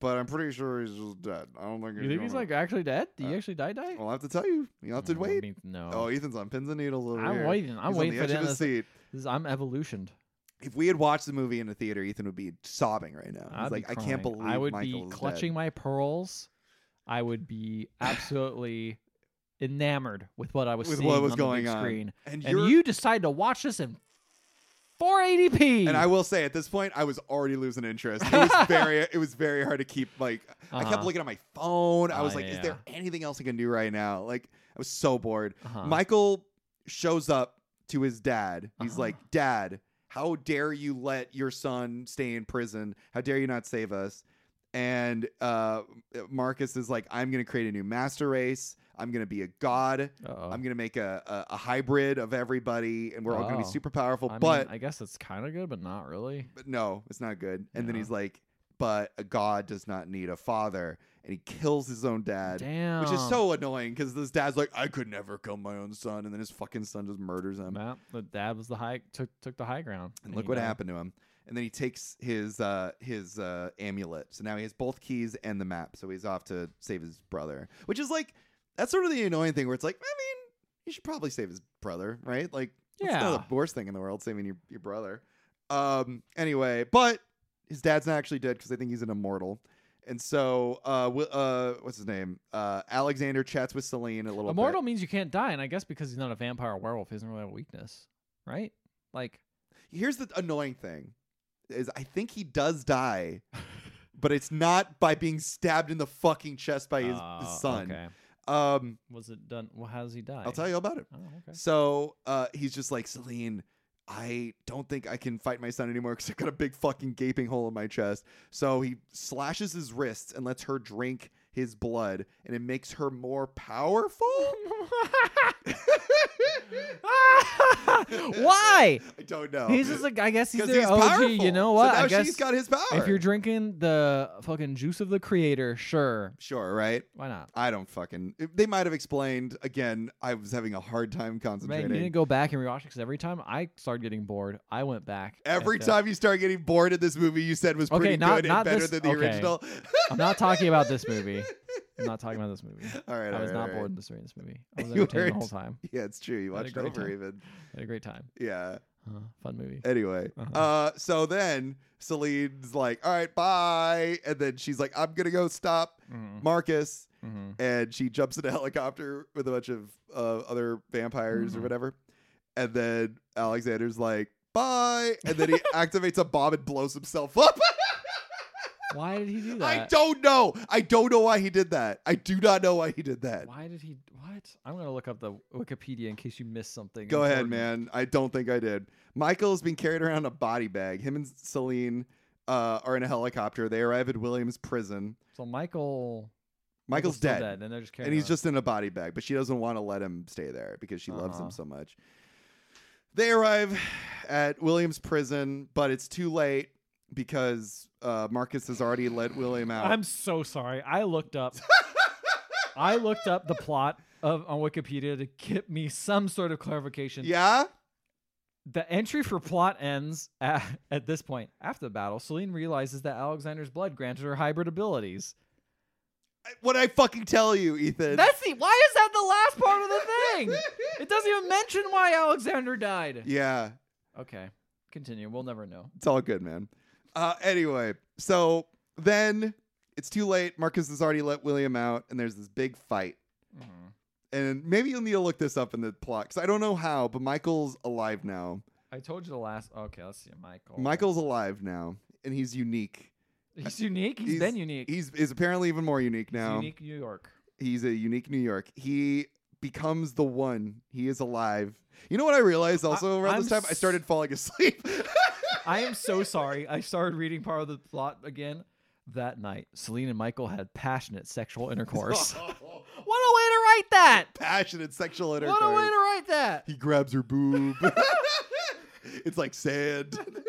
B: but I'm pretty sure he's just dead. I don't think.
A: You think he's
B: gonna-
A: like actually dead? Did
B: Uh,
A: he actually die? Die?
B: I'll have to tell you. You'll have to
A: Oh, I
B: wait.
A: mean, no.
B: Oh, Ethan's on pins and needles over
A: I'm
B: here.
A: waiting. I'm
B: He's
A: waiting
B: on
A: for
B: the
A: the
B: edge of
A: end
B: his
A: of this.
B: seat.
A: this is- I'm evolutioned.
B: If we had watched the movie in a theater, Ethan would be sobbing right now. He's
A: I'd be
B: like, I can't
A: crying.
B: believe
A: I would
B: Michael
A: be
B: is
A: clutching my pearls. I would be absolutely enamored with what I was
B: With
A: seeing
B: what was
A: on
B: going
A: the big
B: on.
A: screen.
B: And
A: And,
B: you're-
A: you decided to watch this in 480p.
B: dead. And I will say, at this point, I was already losing interest. It was very, it was very hard to keep. Like, I kept
A: Uh-huh.
B: looking at my phone. I
A: Oh,
B: was like,
A: yeah,
B: is there anything else I can do right now? Like, I was so bored.
A: Uh-huh.
B: Michael shows up to his dad. He's
A: Uh-huh.
B: like, Dad, how dare you let your son stay in prison? How dare you not save us? And uh, Marcus is like, I'm going to create a new master race. I'm going to be a god.
A: Uh-oh.
B: I'm going to make a, a, a hybrid of everybody, and we're all going to be
A: Oh.
B: super powerful.
A: I mean,
B: but,
A: I guess it's kind of good, but not really.
B: but no, it's not good. And then
A: Yeah.
B: he's like, But a god does not need a father. And he kills his own dad.
A: Damn.
B: Which is so annoying because this dad's like, I could never kill my own son, and then his fucking son just murders him.
A: Matt, the dad was the high took took the high ground.
B: And
A: he
B: look what
A: died.
B: happened to him. And then he takes his uh, his uh, amulet. So now he has both keys and the map. So he's off to save his brother, which is like that's sort of the annoying thing where it's like, I mean, you should probably save his brother, right? Like, that's
A: Yeah.
B: not the worst thing in the world, saving your your brother. Um, anyway, but his dad's not actually dead because I think he's an immortal. And so, uh, Wi- uh, what's his name? Uh, Alexander chats with Celine a little. bit.
A: Immortal means you can't die, and I guess because he's not a vampire or werewolf, he doesn't really have a weakness, right? Like,
B: here's the annoying thing is i think he
A: <laughs>
B: does die but it's not by being stabbed in the fucking chest by his,
A: uh,
B: his son
A: Okay.
B: um
A: Was it done? Well, how does he die?
B: i'll tell you all about it
A: Oh,
B: <laughs>
A: okay.
B: so uh he's just like celine i don't think i can fight my son anymore because i've got a big fucking gaping hole in my chest so he slashes his wrists and lets her drink his blood and it makes her more powerful
A: <laughs>
B: <laughs>
A: Why?
B: i don't know
A: He's just like I guess he's
B: 'Cause
A: their OG.
B: powerful.
A: You know what?
B: so now
A: I guess
B: she's got his power
A: if you're drinking the fucking juice of the creator, sure,
B: sure right
A: why not?
B: I don't fucking. They might have explained. Again, I was having a hard time
A: Man, you
B: concentrating.
A: didn't go back and rewatch it because every time I started getting bored, I went back. at
B: Every
A: the-
B: time you start getting bored in this movie, you said was
A: Okay,
B: pretty
A: not-
B: good and
A: not
B: better
A: this-
B: than the
A: okay.
B: original. <laughs>
A: I'm not talking about this movie. I'm not talking about this movie.
B: all right,
A: I
B: all
A: was
B: right, all
A: not
B: right.
A: bored in this, during this movie.
B: <laughs>
A: I was
B: You
A: entertained the
B: weren't.
A: whole time.
B: <laughs> Yeah, it's true. You
A: Had a
B: watched
A: great
B: over
A: time.
B: even.
A: I had a great time.
B: Yeah.
A: Uh, fun movie.
B: Anyway,
A: Uh-huh.
B: uh, so then Celine's like, "All right, bye," and then she's like, "I'm gonna go stop
A: Mhm,
B: Marcus,"
A: mhm.
B: and she jumps in a helicopter with a bunch of uh, other vampires or
A: Mhm.
B: whatever. And then Alexander's like, bye.
A: <laughs>
B: And then he activates a bomb and blows himself up. <laughs>
A: Why did he do that?
B: I don't know. I don't know why he did that. I do not know why he did that.
A: Why did he? What? I'm gonna look up the Wikipedia in case you missed something.
B: Go ahead,
A: important.
B: man. I don't think I did. Michael's been carried around in a body bag. Him and Celine uh, are in a helicopter. They arrive at Williams prison.
A: So Michael.
B: Michael's,
A: still
B: dead.
A: and they're just carrying.
B: And he's
A: on.
B: just in a body bag, but she doesn't want to let him stay there because she loves him
A: Uh-huh.
B: so much. They arrive at Williams prison, but it's too late because uh, Marcus has already let William out.
A: I'm so sorry. I looked
B: <laughs>
A: up. I looked up the plot of on Wikipedia to get me some sort of clarification.
B: yeah?
A: The entry for plot ends at, <laughs> at this point. After the battle, Celine realizes that Alexander's blood granted her hybrid abilities.
B: What I fucking tell you, Ethan.
A: That's the. Why is that the last part of the thing? It doesn't even mention why Alexander died.
B: <laughs> yeah,
A: Okay, continue. We'll never know.
B: it's all good, man. Uh, anyway, so then it's too late. Marcus has already let William out, and there's this big fight.
A: Mhm.
B: And maybe you'll need to look this up in the plot because I don't know how, but Michael's alive now.
A: I told you the last. Okay, let's see. Michael.
B: Michael's alive now, and he's unique.
A: <laughs> He's unique. He's, been unique.
B: He's is apparently even more unique
A: He's
B: now.
A: unique New York.
B: He's a unique New York. He becomes the one. He is alive. You know what I realized also
A: I-
B: around this
A: I'm
B: time? I
A: s-
B: started falling asleep.
A: I am so sorry. I started reading part of the plot again. That night, Celine and Michael had passionate sexual intercourse.
B: <laughs>
A: what a way to write that!
B: Passionate sexual intercourse.
A: What a way to write that!
B: He grabs her <laughs> boob. it's like sand.
A: <laughs>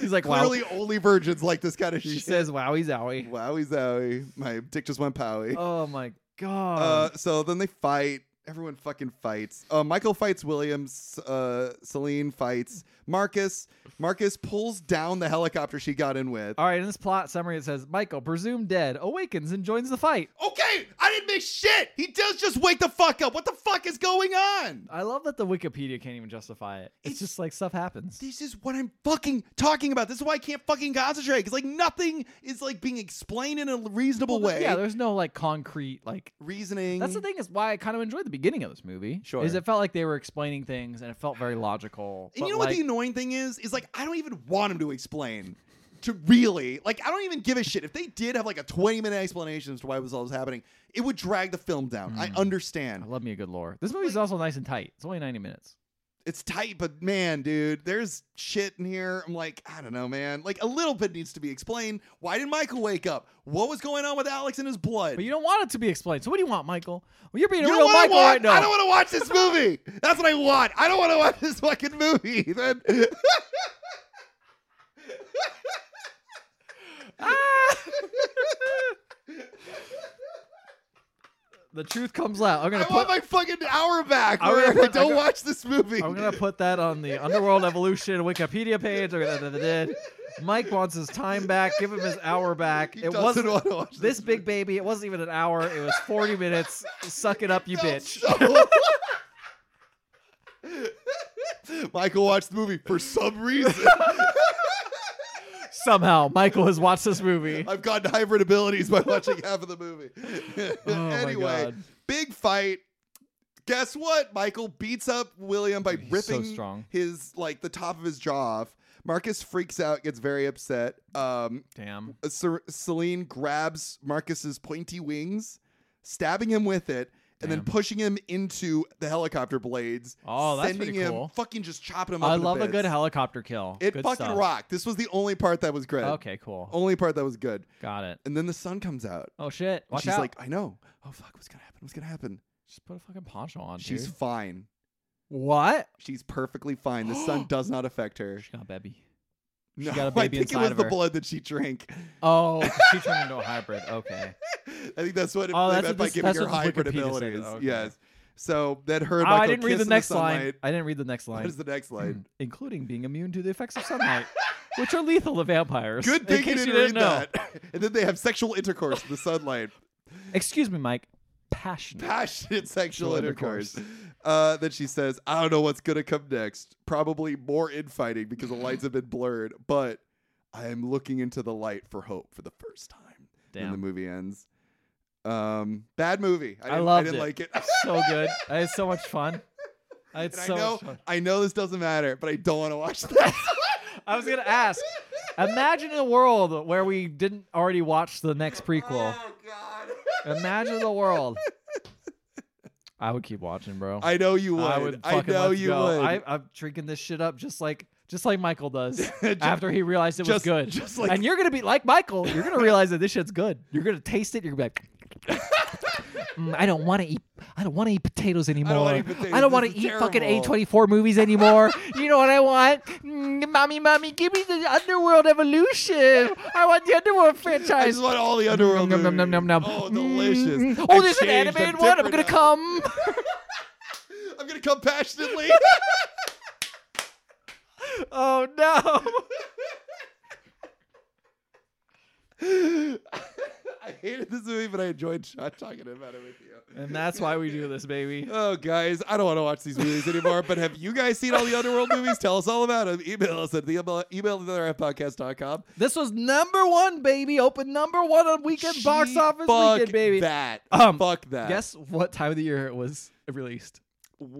A: He's like, wow.
B: Clearly, only virgins like this kind of
A: She
B: <laughs> shit.
A: says, wowie zowie.
B: "Wowie zowie, my dick just went powy."
A: Oh my god.
B: Uh, so then they fight, Everyone fucking fights. Uh, Michael fights Williams. Uh, Celine fights Marcus. Marcus pulls down the helicopter she got in with.
A: All right, in this plot summary, it says Michael, presumed dead, awakens and joins the fight.
B: Okay, I didn't miss shit. He does just wake the fuck up. What the fuck is going on?
A: I love that the Wikipedia can't even justify it. It's, just like stuff happens.
B: This is what I'm fucking talking about. This is why I can't fucking concentrate. Cause like nothing is like being explained in a reasonable way.
A: Yeah, there's no like concrete like.
B: reasoning.
A: That's the thing is why I kind of enjoyed the beginning of this movie.
B: Sure.
A: Is it felt like they were explaining things and it felt very logical.
B: And
A: but,
B: you know what
A: like-
B: the annoying thing is? Is like I don't even want him to explain. To really like, I don't even give a shit. If they did have like a twenty minute explanation as to why this all was happening, it would drag the film down.
A: Hmm.
B: I understand.
A: I love me a good lore. This movie's also nice and tight. It's only 90 minutes.
B: It's tight, but man, dude, there's shit in here. I'm like, I don't know, man. Like a little bit needs to be explained. Why did Michael wake up? What was going on with Alex and his blood?
A: But you don't want it to be explained. So what do you want, Michael? Well, you're being
B: You
A: a
B: know
A: real
B: what I
A: Michael
B: want?
A: right now.
B: I don't want to watch this movie. That's what I want. I don't want to watch this fucking movie. Then <laughs>
A: the truth comes out. I'm
B: I
A: gonna put.
B: want my fucking hour back
A: I'm
B: where
A: gonna put-
B: I don't
A: I'm gonna-
B: watch this movie.
A: I'm gonna put that on the Underworld Evolution Wikipedia page. Or da- da- da- da. Mike wants his time back. Give him his hour back.
B: He
A: it
B: doesn't
A: wasn't
B: wanna watch
A: this big baby. It wasn't even an hour. It was 40 minutes. Suck it up,
B: <laughs>
A: you bitch. <laughs>
B: So- <laughs> Michael watched the movie for some reason.
A: Somehow, Michael has watched this movie.
B: I've gotten hybrid abilities by
A: <laughs>
B: watching half of the movie. <laughs>
A: Oh my
B: anyway,
A: God.
B: big fight. Guess what? Michael beats up William by
A: He's so
B: ripping
A: strong.
B: his like the top of his jaw off. Marcus freaks out, gets very upset. Um,
A: Damn.
B: Cer- Celine grabs Marcus's pointy wings, stabbing him with it, and then
A: Damn.
B: pushing him into the helicopter blades.
A: Oh, that's
B: sending
A: pretty
B: him
A: cool.
B: fucking just chopping him up.
A: I
B: into
A: love a
B: bits.
A: good helicopter kill.
B: It
A: Good
B: fucking Oh.
A: stuff.
B: rocked. This was the only part that was great.
A: Okay, cool.
B: Only part that was good.
A: Got it.
B: And then the sun comes out.
A: Oh shit!
B: And
A: Watch
B: she's
A: out.
B: like, I know. Oh fuck, what's gonna happen? What's gonna happen?
A: Just put a fucking poncho on,
B: She's
A: dude.
B: fine.
A: What?
B: She's perfectly fine. The
A: <gasps>
B: sun does not affect her.
A: She got a baby. She
B: No,
A: got a
B: <laughs> I
A: baby
B: think it
A: inside
B: was
A: of
B: the
A: her.
B: blood that she drank. <laughs>
A: Oh, <laughs> she turned into a hybrid. Okay.
B: I think that's what it
A: Oh,
B: they
A: that's what
B: meant by
A: this-
B: giving
A: that's
B: her
A: what this
B: hybrid
A: Wikipedia said.
B: abilities.
A: Okay.
B: Yes. So that her and
A: Oh,
B: Michael
A: I didn't read
B: kiss
A: the
B: in
A: next line.
B: sunlight.
A: I didn't read the next
B: What
A: line.
B: is
A: <clears throat>
B: the next line?
A: Including being immune to the effects of
B: <laughs>
A: sunlight, which are lethal to vampires.
B: Good
A: in
B: thing you
A: case
B: didn't, read
A: know.
B: that. <laughs> And then they have sexual intercourse in
A: <laughs>
B: the sunlight.
A: Excuse me, Mike. Passionate.
B: Passionate sexual
A: Sexual
B: intercourse. Uh, then she says, I don't know what's going to come next. Probably more infighting because the lights have been blurred, but I am looking into the light for hope for the first time. And the
A: Damn.
B: movie ends. Um, bad movie. I
A: I
B: didn't,
A: loved
B: didn't
A: it.
B: like it. <laughs>
A: so good. I had so much fun. I had <laughs>
B: And
A: so
B: I know,
A: much fun.
B: I know this doesn't matter, but I don't want to watch that.
A: <laughs> I was gonna ask. Imagine a world where we didn't already watch the next prequel. Imagine the world. I would keep watching, bro.
B: <laughs> I know you would.
A: I
B: I,
A: would fucking
B: know
A: let's
B: you
A: go.
B: would.
A: I, I'm drinking this shit up just like just like Michael
B: <laughs>
A: does
B: Just-
A: after he realized it was
B: just-
A: good.
B: just like-
A: and you're gonna be like Michael. You're gonna realize that this shit's good. You're gonna taste it. You're gonna be
B: <laughs>
A: like, "Mm, I don't want to eat. I don't want to eat potatoes anymore.
B: wanna eat potatoes.
A: I don't wanna
B: This is
A: eat fucking
B: terrible."
A: A24 movies
B: <laughs>
A: anymore. you know what I want? Mm, mommy, mommy, give me the Underworld Evolution. I want the Underworld
B: I
A: franchise.
B: just want all the underworld.
A: Nom, nom, nom,
B: movies.
A: nom, nom.
B: Oh,
A: Mm,
B: delicious.
A: mm, mm.
B: I
A: Oh, there's an
B: changed.
A: animated one. I'm gonna
B: different
A: come.
B: now. I'm gonna
A: <laughs>
B: come passionately.
A: Oh no. <laughs>
B: <laughs> I hated this movie, but I enjoyed shot talking about it with you.
A: And that's why we do this, baby.
B: <laughs> Oh, guys, I don't want to watch these movies anymore. but have you guys seen all the underworld movies? Tell us all about them. Email us at the email, email at therfpodcast.com.
A: <laughs> This was number one, baby. Open number one on weekend box
B: Gee,
A: office
B: fuck
A: weekend, baby.
B: That
A: Um,
B: fuck that.
A: Guess what time of the year it was released?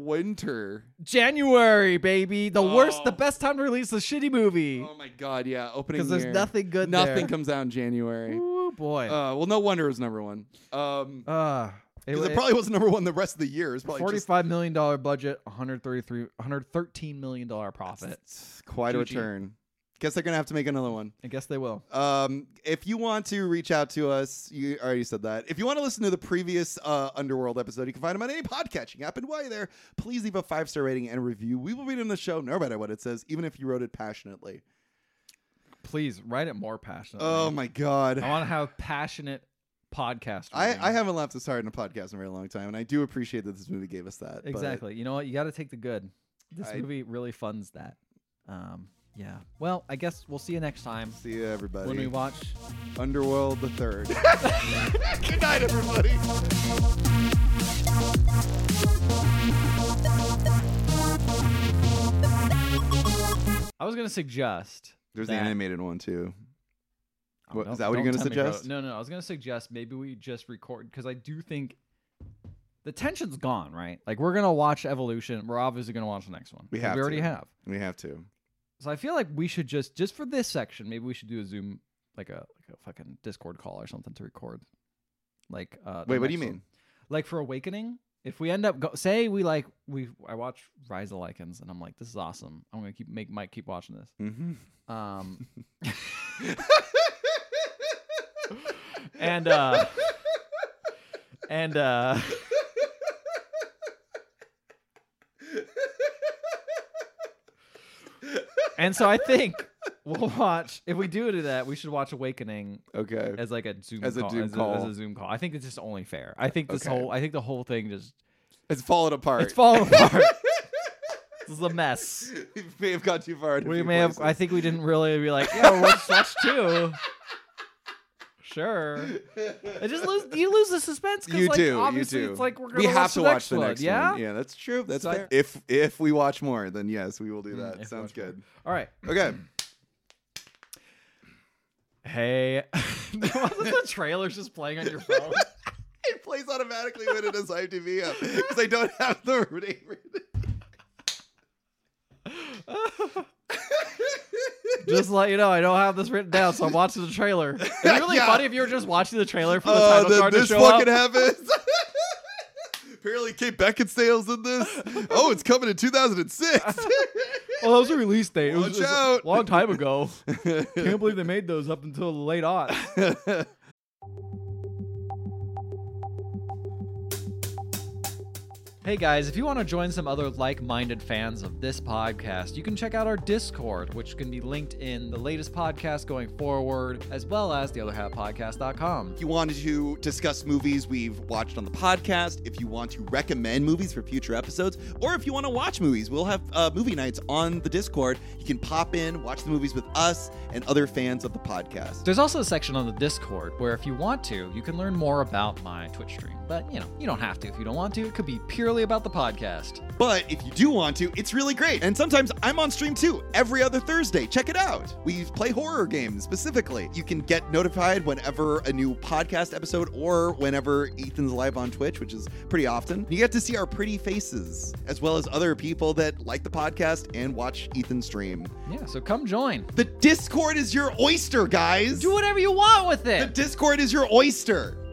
B: winter.
A: January, baby. The worst, the
B: Oh.
A: best time to release a shitty movie.
B: Oh my god, yeah, opening
A: 'Cause there's
B: year.
A: nothing good
B: Nothing
A: there.
B: comes out in January.
A: Ooh, Oh, boy. Uh,
B: Uh, well, no wonder it was number one. Um,
A: it,
B: 'cause
A: was
B: it probably wasn't number one the rest of the year. It's probably just
A: forty-five million dollar budget, 133, 113 million dollar profit.
B: it's quite a
A: GG.
B: return. Guess they're gonna have to make another one.
A: I guess they will.
B: Um, if you want to reach out to us, you already said that. If you want to listen to the previous uh, Underworld episode, you can find them on any podcatching app. And while you're there, please leave a five star rating and review. We will read it in the show, no matter what it says, even if you wrote it passionately.
A: Please write it more passionately.
B: Oh my god.
A: I want to have passionate podcast. rating.
B: I, I haven't laughed this hard in a podcast in a very long time, and I do appreciate that this movie gave us that. but-
A: Exactly. You know what? You got to take the good. This
B: I-
A: movie really funds that. Um, yeah. Well, I guess we'll see you next time
B: See you, everybody.
A: when we watch.
B: Underworld
A: <laughs>
B: the Third.
E: Good night, everybody.
A: I was gonna suggest.
B: There's the
A: that-
B: animated one too.
A: Oh,
B: What- is
A: don't-
B: that what you're
A: don't
B: gonna
A: tempt me, bro.
B: suggest?
A: No, no. I was gonna suggest maybe we just record because I do think the tension's gone. Right? Like we're gonna watch Evolution. We're obviously gonna watch the next one.
B: We
A: 'cause
B: have
A: We already
B: to.
A: have.
B: We have to.
A: So I feel like we should just just for this section, maybe we should do a Zoom like a like a fucking Discord call or something to record. Like uh the
B: Wait, what do you
A: next one.
B: mean?
A: Like for Awakening, if we end up go- say we like we I watch Rise of Lycans and I'm like this is awesome. I'm going to keep make Mike keep watching this.
B: Mm-hmm.
A: Um
B: <laughs>
A: and uh and uh And so I think we'll watch if we do do that, we should watch Awakening
B: Okay.
A: as like a Zoom
B: As a
A: call,
B: Zoom
A: as, A,
B: call.
A: as a Zoom call. I think it's just only fair. I think this
B: Okay.
A: whole I think the whole thing just
B: It's fallen apart.
A: it's falling apart. this is a mess.
B: we <laughs> may have gone too far. in a
A: We
B: few
A: may have. I
B: places.
A: think we didn't really be like, yeah, we'll watch two. Sure. It just lose you lose the suspense. 'cause,
B: you
A: like,
B: do. You
A: Obviously,
B: do.
A: it's like we're gonna
B: we have to
A: the
B: watch
A: next
B: the
A: one,
B: next
A: yeah?
B: one. Yeah, that's true. That's
A: So I-
B: fair. if if we watch more, then yes, we will do
A: Mm,
B: that.
A: if
B: Sounds
A: much more.
B: good.
A: All right.
B: Okay. <clears throat>
A: Hey, <laughs> wasn't the trailer's just playing on
B: <laughs>
A: your phone?
B: it plays automatically when it is IMDb up because I don't have the <laughs> rating.
A: just to let you know, I don't have this written down, so I'm watching the trailer. It'd
B: <laughs>
A: be really
B: Yeah.
A: funny if you were just watching the trailer for the
B: Oh,
A: title
B: then
A: card to
B: this
A: show up.
B: fucking happens. <laughs> Apparently, Kate Beckinsale's in this. Oh, it's coming
A: <laughs>
B: in <laughs> 2006.
A: Well, that was a release date. It was,
B: Watch
A: it was
B: out.
A: a long time
B: <laughs>
A: ago. Can't believe they made those up until late aughts. Hey guys, if you want to join some other like minded fans of this podcast, you can check out our Discord, which can be linked in the latest podcast going forward, as well as theotherhalfpodcast.com.
B: If you wanted to discuss movies we've watched on the podcast, if you want to recommend movies for future episodes, or if you want to watch movies, we'll have uh, movie nights on the Discord. You can pop in, watch the movies with us and other fans of the podcast.
A: There's also a section on the Discord where, if you want to, you can learn more about my Twitch stream. But, you know, you don't have to if you don't want to. It could be purely about the podcast.
B: But if you do want to, it's really great. And sometimes I'm on stream too, every other Thursday. Check it out. We play horror games specifically. You can get notified whenever a new podcast episode or whenever Ethan's live on Twitch, which is pretty often. You get to see our pretty faces, as well as other people that like the podcast and watch Ethan stream.
A: Yeah, so come join.
B: The Discord is your oyster, guys.
A: Do whatever you want with
B: The
A: it.
B: Discord is your oyster.